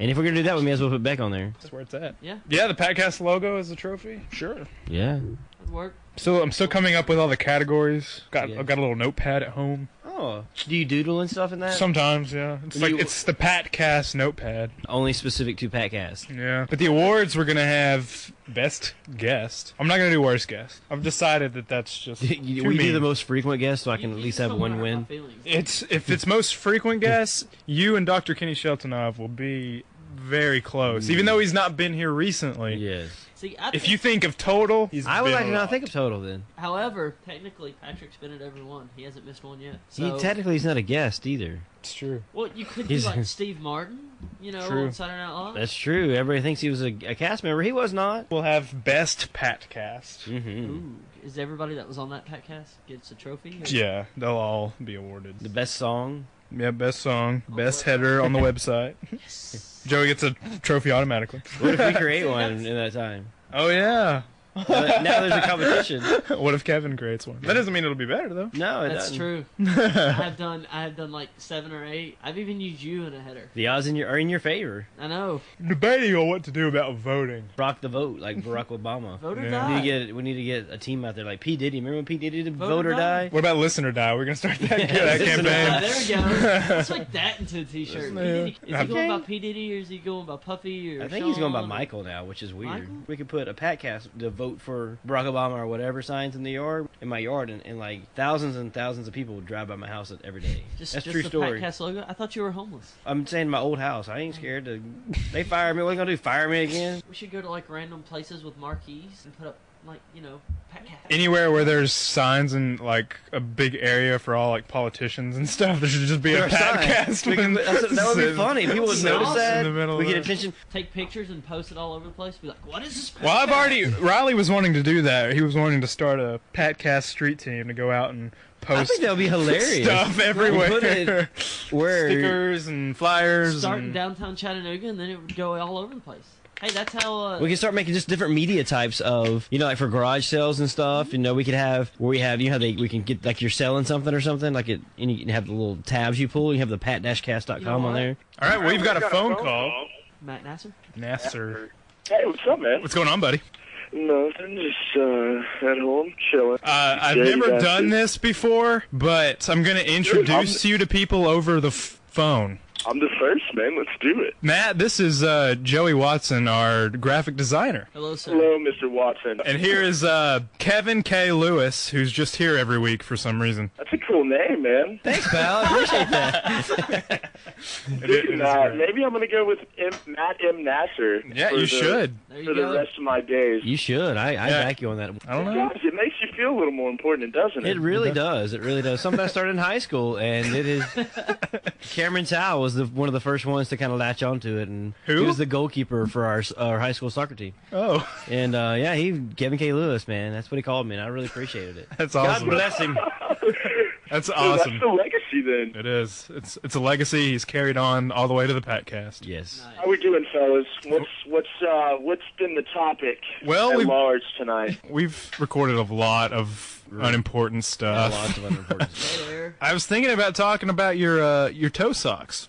Speaker 2: And if we're gonna do that, we may as well put Beck on there.
Speaker 5: that's where it's at.
Speaker 4: Yeah.
Speaker 5: Yeah, the Patcast logo is the trophy. Sure.
Speaker 2: Yeah.
Speaker 4: That'd work.
Speaker 5: Still, I'm still coming up with all the categories. Got
Speaker 2: Yeah.
Speaker 5: I've got a little notepad at home.
Speaker 2: Oh, do you doodle and stuff in that?
Speaker 5: Sometimes, yeah. It's like
Speaker 2: You-
Speaker 5: it's the Patcast notepad.
Speaker 2: Only specific to PatCast.
Speaker 5: Yeah. But the awards we're gonna have best guest. I'm not gonna do worst guest. I've decided that that's just
Speaker 2: we
Speaker 5: too
Speaker 2: do
Speaker 5: mean.
Speaker 2: the most frequent guest, so I can
Speaker 4: You-
Speaker 2: at
Speaker 4: you
Speaker 2: least
Speaker 4: just
Speaker 2: have
Speaker 4: don't wanna
Speaker 2: one
Speaker 4: hurt my
Speaker 2: win.
Speaker 4: feelings.
Speaker 5: It's if it's most frequent guess, you and Dr. Kenny Sheltonov will be very close,
Speaker 2: Mm.
Speaker 5: even though he's not been here recently.
Speaker 2: Yes.
Speaker 4: See, I
Speaker 5: If
Speaker 4: think-
Speaker 5: you think of total, he's
Speaker 2: I would
Speaker 5: been
Speaker 2: like to
Speaker 5: a
Speaker 2: not
Speaker 5: lot.
Speaker 2: think of total then.
Speaker 4: however, technically Patrick's been at every one. He hasn't missed one yet. So,
Speaker 2: he technically is not a guest either.
Speaker 5: it's true.
Speaker 4: well, you could do
Speaker 2: he's-
Speaker 4: like Steve Martin. You know,
Speaker 5: True.
Speaker 4: on Saturday Night Live.
Speaker 2: That's true. Everybody thinks he was a, a cast member. He was not.
Speaker 5: We'll have best Patcast.
Speaker 4: Ooh, is everybody that was on that podcast gets a trophy? or-
Speaker 5: Yeah, they'll all be awarded.
Speaker 2: The best song.
Speaker 5: yeah, best song, best header on the website. Joey gets a trophy automatically.
Speaker 2: What if we create one in that time?
Speaker 5: Oh yeah.
Speaker 2: But now there's a competition.
Speaker 5: What if Kevin creates one? That doesn't mean it'll be better though.
Speaker 2: No, it
Speaker 4: That's
Speaker 2: doesn't.
Speaker 4: true. I have done. I have done like seven or eight. I've even used you in a header.
Speaker 2: The odds in your are in your favor.
Speaker 4: I know.
Speaker 5: Debating on what to do about voting.
Speaker 2: Rock the vote, like Barack Obama.
Speaker 4: Vote or
Speaker 5: Yeah.
Speaker 2: We
Speaker 4: die.
Speaker 2: need, to get, we need to get a team out there like P Diddy. Remember when P Diddy did
Speaker 4: Vote
Speaker 2: Vote,
Speaker 4: or
Speaker 2: or
Speaker 4: Die?
Speaker 2: Die?
Speaker 5: What about listen or die? We're gonna start that, that
Speaker 2: Listen or
Speaker 4: Ah, there
Speaker 5: campaign.
Speaker 4: we go. Let's make that into a T-shirt. P. Diddy- Is he
Speaker 5: Okay.
Speaker 4: going by P Diddy or is he going by Puffy or?
Speaker 2: I think he's going by
Speaker 4: Sean?
Speaker 2: Michael now, which is weird.
Speaker 4: Michael?
Speaker 2: We could put a Patcast to vote for Barack Obama or whatever signs in the yard, in my yard, and, and like thousands and thousands of people would drive by my house every day.
Speaker 4: Just,
Speaker 2: That's
Speaker 4: just
Speaker 2: true
Speaker 4: the
Speaker 2: story.
Speaker 4: Podcast logo. I thought you were homeless.
Speaker 2: I'm saying my old house. I ain't scared to. They fire me. What they gonna do? Fire me again?
Speaker 4: We should go to like random places with marquees and put up like you know podcast.
Speaker 5: anywhere where there's signs and like a big area for all like politicians and stuff, there should just be
Speaker 2: There
Speaker 5: a
Speaker 2: are signs.
Speaker 5: podcast.
Speaker 2: We can-
Speaker 5: with-
Speaker 2: that's- that would be funny. People would
Speaker 5: signs
Speaker 2: notice
Speaker 5: in
Speaker 2: that.
Speaker 5: the middle
Speaker 2: we
Speaker 5: of
Speaker 2: get
Speaker 5: it.
Speaker 2: attention.
Speaker 4: Take pictures and post it all over the place. Be like, what is this?
Speaker 5: Well, I've
Speaker 4: podcast?"
Speaker 5: already. Riley was wanting to do that. He was wanting to start a Patcast street team to go out and
Speaker 2: I
Speaker 5: post
Speaker 2: think that would be hilarious.
Speaker 5: stuff everywhere,
Speaker 2: Put it where
Speaker 5: stickers and flyers.
Speaker 4: start in
Speaker 5: and-
Speaker 4: downtown Chattanooga and then it would go all over the place. Hey, that's how. Uh,
Speaker 2: We can start making just different media types of, you know, like for garage sales and stuff. You know, we could have where we have, you know, how they we can get like you're selling something or something, like it, and you can have the little tabs you pull. You have the pat-cast.com
Speaker 4: You know what?
Speaker 2: on there.
Speaker 5: all right, well, we've got a phone call.
Speaker 4: Matt Nasser.
Speaker 5: Nasser,
Speaker 1: Hey, what's up, man?
Speaker 5: what's going on, buddy?
Speaker 1: Nothing. Just uh, at home chilling.
Speaker 5: Uh, I've
Speaker 1: Dirty
Speaker 5: never
Speaker 1: bastard.
Speaker 5: done this before, but I'm going to introduce you to people over the f- phone.
Speaker 1: I'm the first, man. Let's do it.
Speaker 5: Matt, this is uh, Joey Watson, our graphic designer.
Speaker 4: Hello, sir.
Speaker 1: Hello, Mr. Watson.
Speaker 5: And here is uh, Kevin K. Lewis, who's just here every week for some reason.
Speaker 1: That's a cool name, man.
Speaker 2: Thanks, pal. I appreciate that.
Speaker 1: Uh, maybe I'm gonna go with M- Matt M. Nasser.
Speaker 5: yeah,
Speaker 1: for
Speaker 5: you
Speaker 1: the-
Speaker 5: should.
Speaker 4: There
Speaker 1: For
Speaker 4: you
Speaker 1: the
Speaker 4: go.
Speaker 1: rest of my days.
Speaker 2: You should. I, I
Speaker 5: Yeah.
Speaker 2: back you on that.
Speaker 5: I don't know.
Speaker 1: Gosh, it makes you feel a little more important, doesn't it?
Speaker 2: It really does. It really does. Something I started in high school, and it is. Cameron Tao was the, one of the first ones to kind of latch onto it, and
Speaker 5: Who?
Speaker 2: he was the goalkeeper for our s- our high school soccer team.
Speaker 5: Oh,
Speaker 2: And uh, yeah, he Kevin K. Lewis, man, that's what he called me, and I really appreciated it.
Speaker 5: that's
Speaker 2: God
Speaker 5: awesome.
Speaker 2: bless him.
Speaker 5: That's
Speaker 1: So
Speaker 5: awesome.
Speaker 1: That's the legacy, then.
Speaker 5: It is. It's it's a legacy he's carried on all the way to the podcast.
Speaker 2: Yes.
Speaker 1: How we doing, fellas? What's what's uh, what's been the topic
Speaker 5: Well,
Speaker 1: at
Speaker 5: we've-
Speaker 1: large tonight?
Speaker 5: We've recorded a lot of unimportant stuff.
Speaker 2: Lots of unimportant stuff.
Speaker 4: Hey there.
Speaker 5: I was thinking about talking about your uh, your toe socks.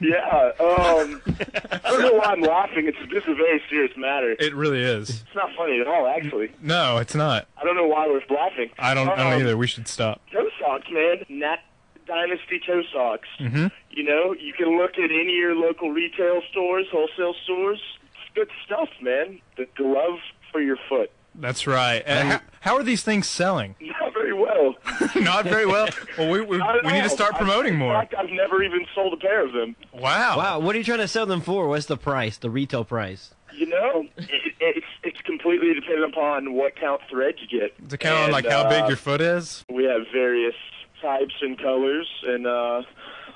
Speaker 1: yeah. Um, I don't know why I'm laughing. It's this is a very serious matter.
Speaker 5: It really is.
Speaker 1: It's not funny at all, actually.
Speaker 5: No, it's not.
Speaker 1: I don't know why we're laughing.
Speaker 5: I don't. I
Speaker 1: Um,
Speaker 5: don't either. We should stop.
Speaker 1: Toe socks, man. Nat Dynasty toe socks.
Speaker 5: Mm-hmm.
Speaker 1: You know, you can look at any of your local retail stores, wholesale stores. It's good stuff, man. The glove for your foot.
Speaker 5: That's right. Uh, how, how are these things selling?
Speaker 1: Not very well.
Speaker 5: Not very well. Well, we, we,
Speaker 1: Not at
Speaker 5: we need to
Speaker 1: all.
Speaker 5: start
Speaker 1: I-
Speaker 5: promoting
Speaker 1: in
Speaker 5: more.
Speaker 1: fact, I've never even sold a pair of them.
Speaker 5: Wow.
Speaker 2: Wow, what are you trying to sell them for? What's the price? The retail price?
Speaker 1: You
Speaker 5: Oh.
Speaker 1: know, it, it's it's completely dependent upon what count thread you get.
Speaker 5: To count on
Speaker 1: And,
Speaker 5: like how big
Speaker 1: uh,
Speaker 5: your foot is.
Speaker 1: We have various types and colors, and uh,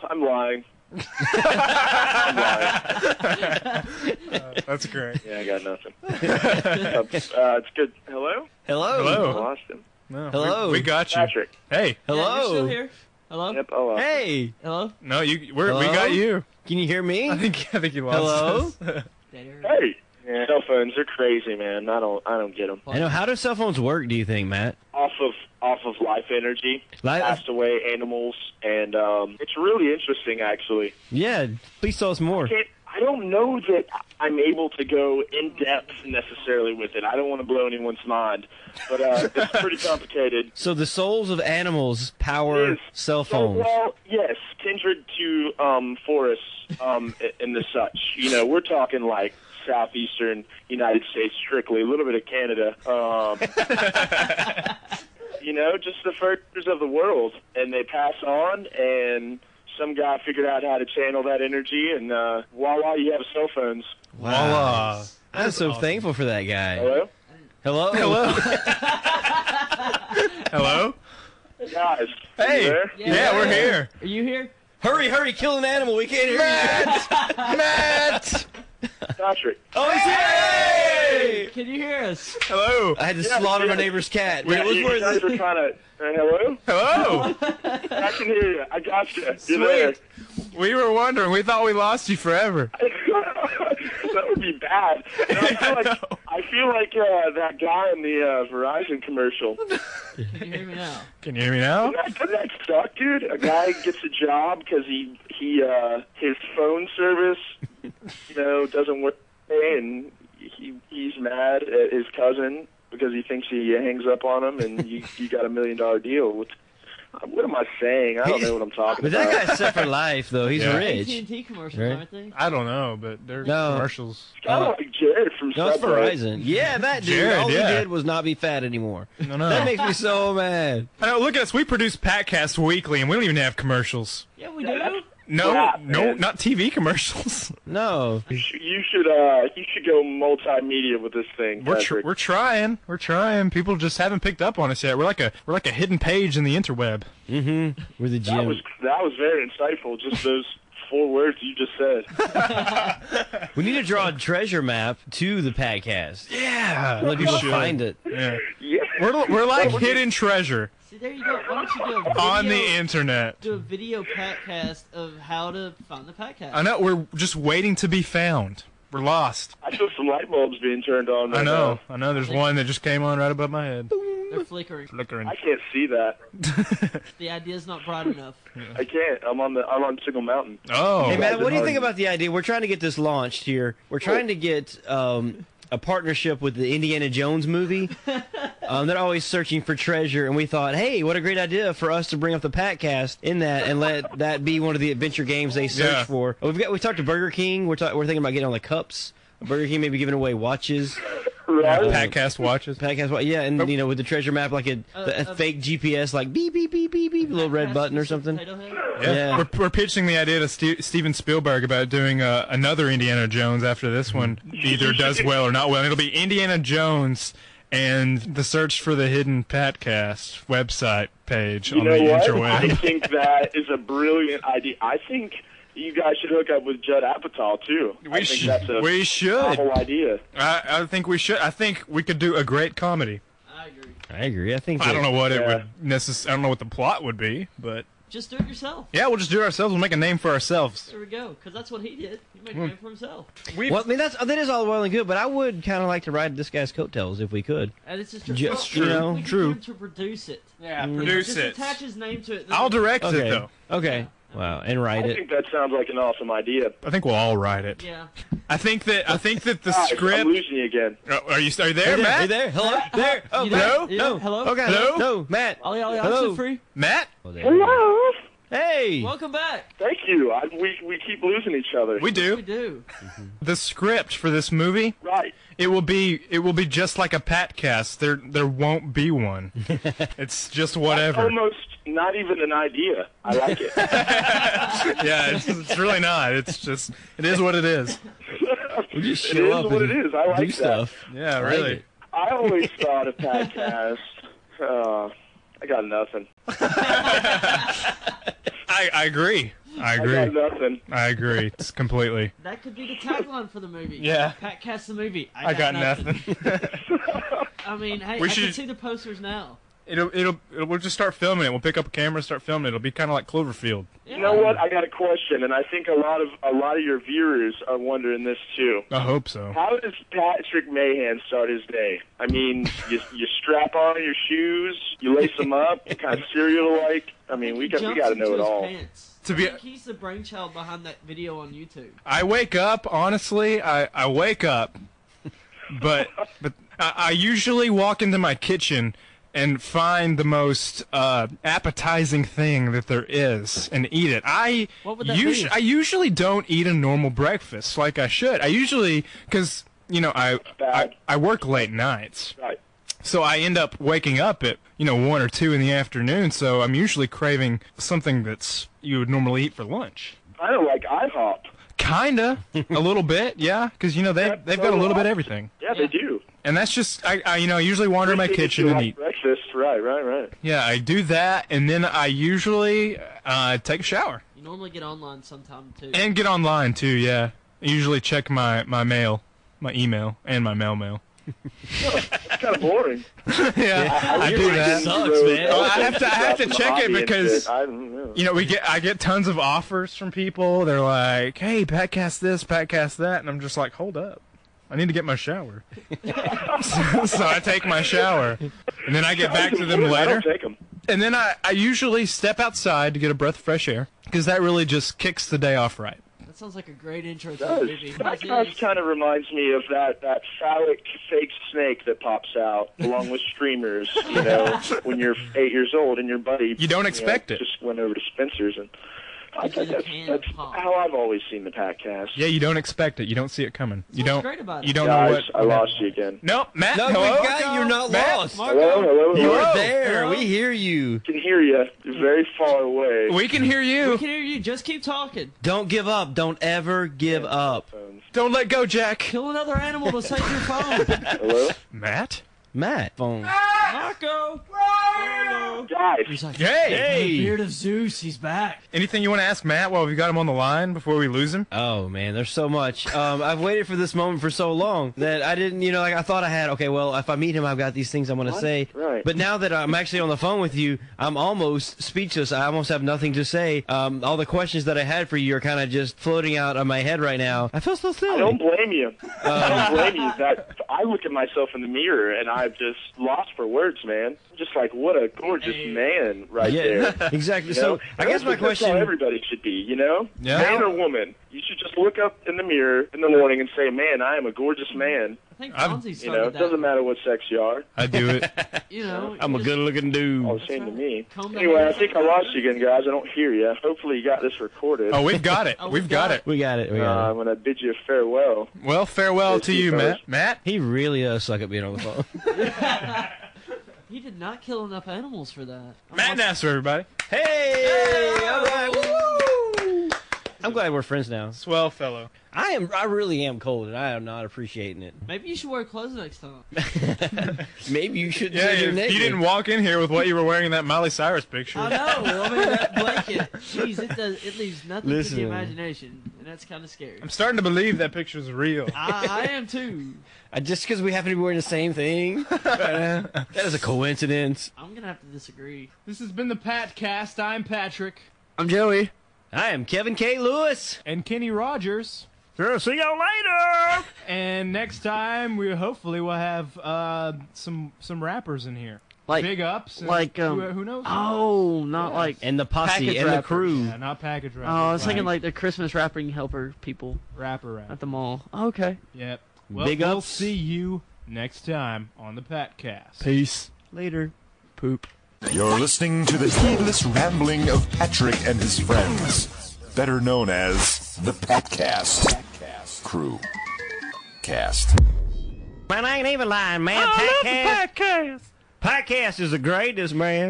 Speaker 1: I'm lying. I'm lying.
Speaker 5: That's great.
Speaker 1: Yeah, I got nothing. uh, it's good. Hello?
Speaker 2: Hello?
Speaker 1: I
Speaker 5: Hello.
Speaker 1: lost him.
Speaker 5: No, we-
Speaker 2: Hello.
Speaker 5: We, got you.
Speaker 1: Patrick.
Speaker 5: Hey.
Speaker 4: Yeah, you're still
Speaker 2: Hello?
Speaker 4: here. Hello.
Speaker 1: Yep, I lost him.
Speaker 2: hey,
Speaker 4: Hello.
Speaker 5: No, you. We're, we
Speaker 2: Hello?
Speaker 5: got you.
Speaker 2: can you hear me?
Speaker 5: I think I think you lost
Speaker 2: Hello?
Speaker 5: us.
Speaker 1: Hey. Yeah, Cell phones are crazy, man. I don't, I don't get them.
Speaker 2: I know. How do cell phones work? Do you think, Matt?
Speaker 1: Off of, off of life energy,
Speaker 2: Li-
Speaker 1: passed away animals, and um, it's really interesting, actually.
Speaker 2: yeah. Please tell us more.
Speaker 1: Can't, I don't know that I'm able to go in depth necessarily with it. I don't want to blow anyone's mind, but uh, it's pretty complicated.
Speaker 2: So the souls of animals power
Speaker 1: Yes.
Speaker 2: cell
Speaker 1: So,
Speaker 2: phones.
Speaker 1: well, yes, kindred to um, forests um, i- and the such. You know, we're talking like southeastern United States strictly, a little bit of Canada. Um, you know, just the furs of the world, and they pass on and. Some guy figured out how to channel that energy, and uh, voila, you have cell phones.
Speaker 5: Voila.
Speaker 2: I'm so thankful for that guy.
Speaker 1: Hello?
Speaker 2: Hello.
Speaker 5: Hello. Hello.
Speaker 1: Guys.
Speaker 5: Hey.
Speaker 1: you there?
Speaker 5: Yeah, we're here.
Speaker 4: Are you here?
Speaker 2: Hurry, hurry! Kill an animal. We can't hear you.
Speaker 5: Matt.
Speaker 1: Patrick.
Speaker 2: Oh, he's here!
Speaker 4: Can you hear us?
Speaker 5: Hello.
Speaker 2: I had to
Speaker 1: Yeah,
Speaker 2: slaughter
Speaker 1: yeah.
Speaker 2: my neighbor's cat.
Speaker 1: Yeah,
Speaker 2: It was
Speaker 1: you
Speaker 2: worth
Speaker 1: guys
Speaker 2: it.
Speaker 1: are trying to. uh, hello?
Speaker 5: Hello.
Speaker 1: I can hear you. I got you. You're there.
Speaker 5: Sweet. We were wondering. We thought we lost you forever.
Speaker 1: that would be bad. And I feel like, I feel like uh, that guy in the uh, Verizon commercial.
Speaker 4: Can you hear me now?
Speaker 5: Can you hear me now?
Speaker 1: That- Doesn't that suck, dude? A guy gets a job because he he uh, his phone service, you know, doesn't work, and he he's mad at his cousin because he thinks he hangs up on him, and you you got a million dollar deal. What, what am I saying? I don't know what I'm talking
Speaker 2: But
Speaker 1: about.
Speaker 2: that guy's set for life, though. He's
Speaker 5: Yeah.
Speaker 2: rich.
Speaker 4: AT&T commercial,
Speaker 2: Right.
Speaker 4: aren't they?
Speaker 5: I don't know, but they're
Speaker 2: No.
Speaker 5: commercials.
Speaker 1: kind of like Jared from
Speaker 2: uh, No, it's
Speaker 1: Subway.
Speaker 2: Verizon. Yeah, that dude.
Speaker 5: Jared,
Speaker 2: all
Speaker 5: yeah.
Speaker 2: he did was not be fat anymore.
Speaker 5: No, no.
Speaker 2: That makes me so mad.
Speaker 5: I know, look at us. We produce Patcast weekly, and we don't even have commercials.
Speaker 4: Yeah, we do.
Speaker 5: No,
Speaker 1: Yeah,
Speaker 5: no,
Speaker 1: man.
Speaker 5: not TV commercials.
Speaker 2: No.
Speaker 1: You should uh, you should go multimedia with this thing.
Speaker 5: We're tr-
Speaker 1: Patrick.
Speaker 5: we're trying. We're trying. People just haven't picked up on us yet. We're like a we're like a hidden page in the interweb.
Speaker 2: We're the
Speaker 1: that
Speaker 2: gym.
Speaker 1: was that was very insightful. Just those four words you just said.
Speaker 2: We need to draw a treasure map to the podcast.
Speaker 5: Yeah,
Speaker 2: Let
Speaker 5: you
Speaker 2: people
Speaker 5: should.
Speaker 2: find it.
Speaker 5: Yeah.
Speaker 1: Yeah.
Speaker 5: We're we're like hidden treasure
Speaker 4: See, there you go. Why don't you do a video,
Speaker 5: on the internet.
Speaker 4: do a video podcast of how to find the podcast?
Speaker 5: I know. We're just waiting to be found. We're lost.
Speaker 1: I feel some light bulbs being turned on. Right
Speaker 5: I know.
Speaker 1: now.
Speaker 5: I know. There's one that just came on right above my head.
Speaker 4: They're flickering.
Speaker 5: Flickering.
Speaker 1: I can't see that.
Speaker 4: The idea's not bright enough.
Speaker 1: I can't. I'm on the I'm on Signal Mountain.
Speaker 5: Oh.
Speaker 2: Hey, Matt, what do you
Speaker 1: hard.
Speaker 2: think about the idea? We're trying to get this launched here. We're trying to get um, a partnership with the Indiana Jones movie. Um, they're always searching for treasure, and we thought, hey, what a great idea for us to bring up the Patcast in that and let that be one of the adventure games they search
Speaker 5: Yeah.
Speaker 2: for. Oh, We've got we talked to Burger King. We're talk, we're thinking about getting on the cups. Burger King maybe giving away watches.
Speaker 1: Right?
Speaker 5: Patcast watches.
Speaker 2: Podcast, wa- yeah, and you know with the treasure map like a, a
Speaker 4: uh,
Speaker 2: fake GPS, like beep beep beep beep beep, little red
Speaker 4: Podcast
Speaker 2: button or
Speaker 4: with
Speaker 2: something.
Speaker 4: Potato Head?
Speaker 5: Yeah.
Speaker 2: Yeah.
Speaker 5: We're, we're pitching the idea to Ste Steven Spielberg about doing uh, another Indiana Jones after this one either does well or not well. And it'll be Indiana Jones and the search for the hidden Patcast website page
Speaker 1: You
Speaker 5: on
Speaker 1: know
Speaker 5: the
Speaker 1: what? I
Speaker 5: interweb.
Speaker 1: think that is a brilliant idea. I think you guys should hook up with Judd Apatow too. I
Speaker 5: We,
Speaker 1: think
Speaker 5: sh-
Speaker 1: that's a
Speaker 5: we should.
Speaker 1: novel idea.
Speaker 5: I, I think we should. I think we could do a great comedy.
Speaker 4: I agree.
Speaker 2: I agree. I think
Speaker 5: I
Speaker 2: that-
Speaker 5: don't know what it
Speaker 1: Yeah.
Speaker 5: would necess- I don't know what the plot would be, but
Speaker 4: Just do it yourself.
Speaker 5: yeah, we'll just do it ourselves. We'll make a name for ourselves.
Speaker 4: There we go. Because that's what he did. He made a
Speaker 2: Hmm.
Speaker 4: name for himself.
Speaker 5: We
Speaker 2: Well, I mean that's uh, that is all well and good, but I would kind of like to ride this guy's coattails if we could.
Speaker 4: And it's just
Speaker 2: Just true.
Speaker 4: well, We can
Speaker 5: True.
Speaker 4: get him to produce it.
Speaker 5: yeah,
Speaker 4: Just attach his name to it.
Speaker 5: I'll direct
Speaker 2: Okay.
Speaker 5: it though.
Speaker 2: Okay. Wow, and write
Speaker 1: I
Speaker 2: it.
Speaker 1: think that sounds like an awesome idea.
Speaker 5: I think we'll all write it.
Speaker 4: Yeah.
Speaker 5: I think that I think that the
Speaker 1: Guys, I'm
Speaker 5: script.
Speaker 1: losing you again.
Speaker 5: Oh, Are you are you there,
Speaker 2: Hey there,
Speaker 5: Matt?
Speaker 2: hey there, hello, there. Oh,
Speaker 4: You
Speaker 2: no,
Speaker 4: there? You
Speaker 2: no,
Speaker 4: there? Hello?
Speaker 2: Oh, God,
Speaker 5: Hello?
Speaker 2: no, Matt.
Speaker 4: Ollie, Ollie,
Speaker 2: Hello.
Speaker 4: Oxen free.
Speaker 5: Matt?
Speaker 2: Oh, there.
Speaker 8: Hello.
Speaker 2: Hey.
Speaker 4: Welcome back.
Speaker 1: Thank you. I, we we keep losing each other.
Speaker 5: We
Speaker 4: We
Speaker 5: do
Speaker 4: do.
Speaker 5: the script for this movie.
Speaker 1: right.
Speaker 5: It will be it will be just like a pat cast. There there won't be one. it's just whatever.
Speaker 1: Almost not even an idea. I like it.
Speaker 5: yeah, it's, it's really not. It's just it is what it is.
Speaker 2: We just
Speaker 1: It
Speaker 2: show
Speaker 1: is
Speaker 2: up
Speaker 1: what
Speaker 2: and
Speaker 1: it is. I like
Speaker 2: do
Speaker 1: that.
Speaker 2: stuff.
Speaker 5: Yeah,
Speaker 2: Like
Speaker 5: really.
Speaker 2: it.
Speaker 1: I always thought a podcast. Uh, I got nothing.
Speaker 5: I, I agree. I
Speaker 1: I got
Speaker 5: agree.
Speaker 1: nothing.
Speaker 5: I agree. It's completely.
Speaker 4: That could be the tagline for the movie.
Speaker 5: Yeah.
Speaker 4: Pat cast the movie. I got,
Speaker 5: I got
Speaker 4: nothing.
Speaker 5: nothing.
Speaker 4: I mean, hey,
Speaker 5: We
Speaker 4: I can
Speaker 5: should-
Speaker 4: see the posters now.
Speaker 5: It'll, it'll it'll we'll just start filming it. We'll pick up a camera, start filming it. It'll be kind of like Cloverfield.
Speaker 4: Yeah.
Speaker 1: You know what? I got a question, and I think a lot of a lot of your viewers are wondering this too.
Speaker 5: I hope so.
Speaker 1: How does Patrick Mahan start his day? I mean, you, you strap on your shoes, you lace them up, you kind of cereal like. I mean, we got
Speaker 4: Jumps
Speaker 1: we got to know
Speaker 4: into
Speaker 1: it
Speaker 4: his
Speaker 1: all.
Speaker 4: Pants.
Speaker 5: To
Speaker 4: I
Speaker 5: be-
Speaker 4: think he's the brainchild behind that video on YouTube.
Speaker 5: I wake up honestly. I I wake up, but but I, I usually walk into my kitchen and find the most uh, appetizing thing that there is and eat it. I
Speaker 4: What would that
Speaker 5: usu-
Speaker 4: be?
Speaker 5: I usually don't eat a normal breakfast like I should. I usually because you know I, I
Speaker 1: bad.
Speaker 5: I work late nights.
Speaker 1: Right.
Speaker 5: So I end up waking up at, you know, one or two in the afternoon, so I'm usually craving something that's you would normally eat for lunch.
Speaker 1: I don't like IHOP.
Speaker 5: Kinda. a little bit, yeah. Because, you know, they, they've got a little bit of everything.
Speaker 1: Yeah, they do.
Speaker 5: And that's just, I, I you know, I usually wander in my
Speaker 1: If you
Speaker 5: kitchen and
Speaker 1: like
Speaker 5: eat.
Speaker 1: breakfast. Right, right, right.
Speaker 5: Yeah, I do that, and then I usually uh, take a shower.
Speaker 4: You normally get online sometime too.
Speaker 5: And get online, too, yeah. I usually check my, my mail, my email, and my mail mail.
Speaker 1: It's kind of boring.
Speaker 5: yeah, I do that.
Speaker 2: Sucks, man.
Speaker 5: Oh, I have to- I have to
Speaker 1: Dropping
Speaker 5: check it
Speaker 1: hobby into
Speaker 5: because-
Speaker 1: I don't know.
Speaker 5: you know, we get I get tons of offers from people. They're like, "Hey, Patcast this, Patcast that," and I'm just like, "Hold up, I need to get my shower." so, so I take my shower, and then I get back to them
Speaker 1: I
Speaker 5: later.
Speaker 1: don't take 'em.
Speaker 5: And then I, I usually step outside to get a breath of fresh air because that really just kicks the day off right.
Speaker 4: that sounds like a great intro to the
Speaker 1: does.
Speaker 4: movie.
Speaker 1: That
Speaker 4: It
Speaker 1: does
Speaker 4: is.
Speaker 1: kind of reminds me of that that phallic fake snake that pops out along with streamers. You know, when you're eight years old and your buddy
Speaker 5: You don't expect
Speaker 1: know,
Speaker 5: it.
Speaker 1: Just went over to Spencer's and. I
Speaker 4: Into
Speaker 1: think
Speaker 4: the
Speaker 1: that's,
Speaker 4: can
Speaker 1: that's
Speaker 4: pop.
Speaker 1: how I've always seen the podcast.
Speaker 5: Yeah, you don't expect it. You don't see it coming. You
Speaker 4: what's
Speaker 5: don't.
Speaker 4: great about it.
Speaker 5: You don't know
Speaker 1: Guys,
Speaker 5: what.
Speaker 1: I lost you again.
Speaker 5: Nope, Matt.
Speaker 2: No,
Speaker 5: hello?
Speaker 2: we got you're not
Speaker 5: Matt?
Speaker 2: lost.
Speaker 1: Hello,
Speaker 5: You
Speaker 1: hello, hello.
Speaker 5: are-
Speaker 2: You're
Speaker 5: Hello?
Speaker 2: there.
Speaker 4: Hello?
Speaker 2: We hear you.
Speaker 1: I can hear you. You're very far away.
Speaker 5: We can hear
Speaker 4: We
Speaker 5: you.
Speaker 4: can hear you. Just keep talking.
Speaker 2: Don't give up. Don't ever give up.
Speaker 5: Don't let go, Jack.
Speaker 4: Kill another animal to save your phone.
Speaker 1: Hello,
Speaker 5: Matt.
Speaker 2: Matt. Phone.
Speaker 4: Marco. Hello.
Speaker 1: guys.
Speaker 4: He's like,
Speaker 5: Hey.
Speaker 4: the beard of Zeus. He's back.
Speaker 5: Anything you want to ask Matt while we got him on the line before we lose him?
Speaker 2: Oh man, there's so much. Um, I've waited for this moment for so long that I didn't, you know, like I thought I had. Okay, well, if I meet him, I've got these things I want to say.
Speaker 1: Right.
Speaker 2: But now that I'm actually on the phone with you, I'm almost speechless. I almost have nothing to say. Um, all the questions that I had for you are kind of just floating out of my head right now. I feel so
Speaker 1: I don't
Speaker 2: silly.
Speaker 1: blame you.
Speaker 2: Uh,
Speaker 1: I don't blame you. That I look at myself in the mirror and I'm just lost for words, man. Just like what a gorgeous man right there.
Speaker 2: yeah, exactly.
Speaker 1: You know?
Speaker 2: So I guess my
Speaker 1: think that's how
Speaker 2: question.
Speaker 1: everybody should be, you know,
Speaker 5: Yeah.
Speaker 1: man or woman, you should just look up in the mirror in the morning and say, "Man, I am a gorgeous man."
Speaker 4: I think
Speaker 5: I'm-
Speaker 4: Fonzie
Speaker 1: You know,
Speaker 4: started
Speaker 1: it doesn't
Speaker 4: that.
Speaker 1: matter what sex you are.
Speaker 5: I do it.
Speaker 4: You know,
Speaker 2: I'm a
Speaker 4: just-
Speaker 2: good-looking
Speaker 1: All
Speaker 2: dude.
Speaker 1: the same to me.
Speaker 4: Comb the
Speaker 1: Anyway,
Speaker 4: hair.
Speaker 1: I think I lost you again, guys. I don't hear you. Hopefully, you got this recorded.
Speaker 5: Oh, we've got it.
Speaker 4: Oh,
Speaker 5: We've got it.
Speaker 2: We got it. We
Speaker 1: uh,
Speaker 2: got
Speaker 1: I'm
Speaker 2: it.
Speaker 1: gonna bid you farewell.
Speaker 5: Well, farewell to you, Matt. Matt?
Speaker 2: He really does suck at being on the phone.
Speaker 4: He did not kill enough animals for that. I'm
Speaker 5: Matt
Speaker 4: watching-
Speaker 5: Nasser, everybody.
Speaker 2: hey! All right. Woo! I'm glad we're friends now.
Speaker 5: Swell fellow.
Speaker 2: I am. I really am cold, and I am not appreciating it.
Speaker 4: Maybe you should wear clothes next time.
Speaker 2: Maybe you should.
Speaker 5: Yeah, if you didn't walk in here with what you were wearing in that Miley Cyrus picture.
Speaker 4: I know. I mean, that blanket. Jeez, it does. It leaves nothing
Speaker 2: Listen.
Speaker 4: to the imagination, and that's kind of scary.
Speaker 5: I'm starting to believe that picture's real.
Speaker 4: I, I am too.
Speaker 2: I, just because we happen to be wearing the same thing. that is a coincidence.
Speaker 4: I'm gonna have to disagree.
Speaker 10: This has been the Pat Cast. I'm Patrick
Speaker 5: I'm Joey.
Speaker 2: I am Kevin K. Lewis.
Speaker 10: and Kenny Rogers.
Speaker 4: See you later.
Speaker 5: And next time, we hopefully will have uh, some some rappers in here.
Speaker 4: Like-
Speaker 5: big ups. and
Speaker 4: like, um,
Speaker 5: who, who knows?
Speaker 4: Oh, not like
Speaker 11: And the posse
Speaker 4: package
Speaker 11: and the
Speaker 4: rappers.
Speaker 11: crew.
Speaker 5: Yeah, not package
Speaker 4: Oh,
Speaker 5: rappers.
Speaker 4: I was thinking like the Christmas wrapping helper people
Speaker 5: rapper rap.
Speaker 4: at the mall. Okay.
Speaker 5: Yep. Well,
Speaker 4: uh, Big
Speaker 5: we'll
Speaker 4: ups.
Speaker 5: see you next time on the Patcast.
Speaker 4: Peace. Later. Poop.
Speaker 3: You're listening to the heedless rambling of Patrick and his friends, better known as the Patcast Crew. Cast.
Speaker 2: Man, I ain't even lying, man.
Speaker 4: I love
Speaker 2: podcast. podcast is the greatest, man.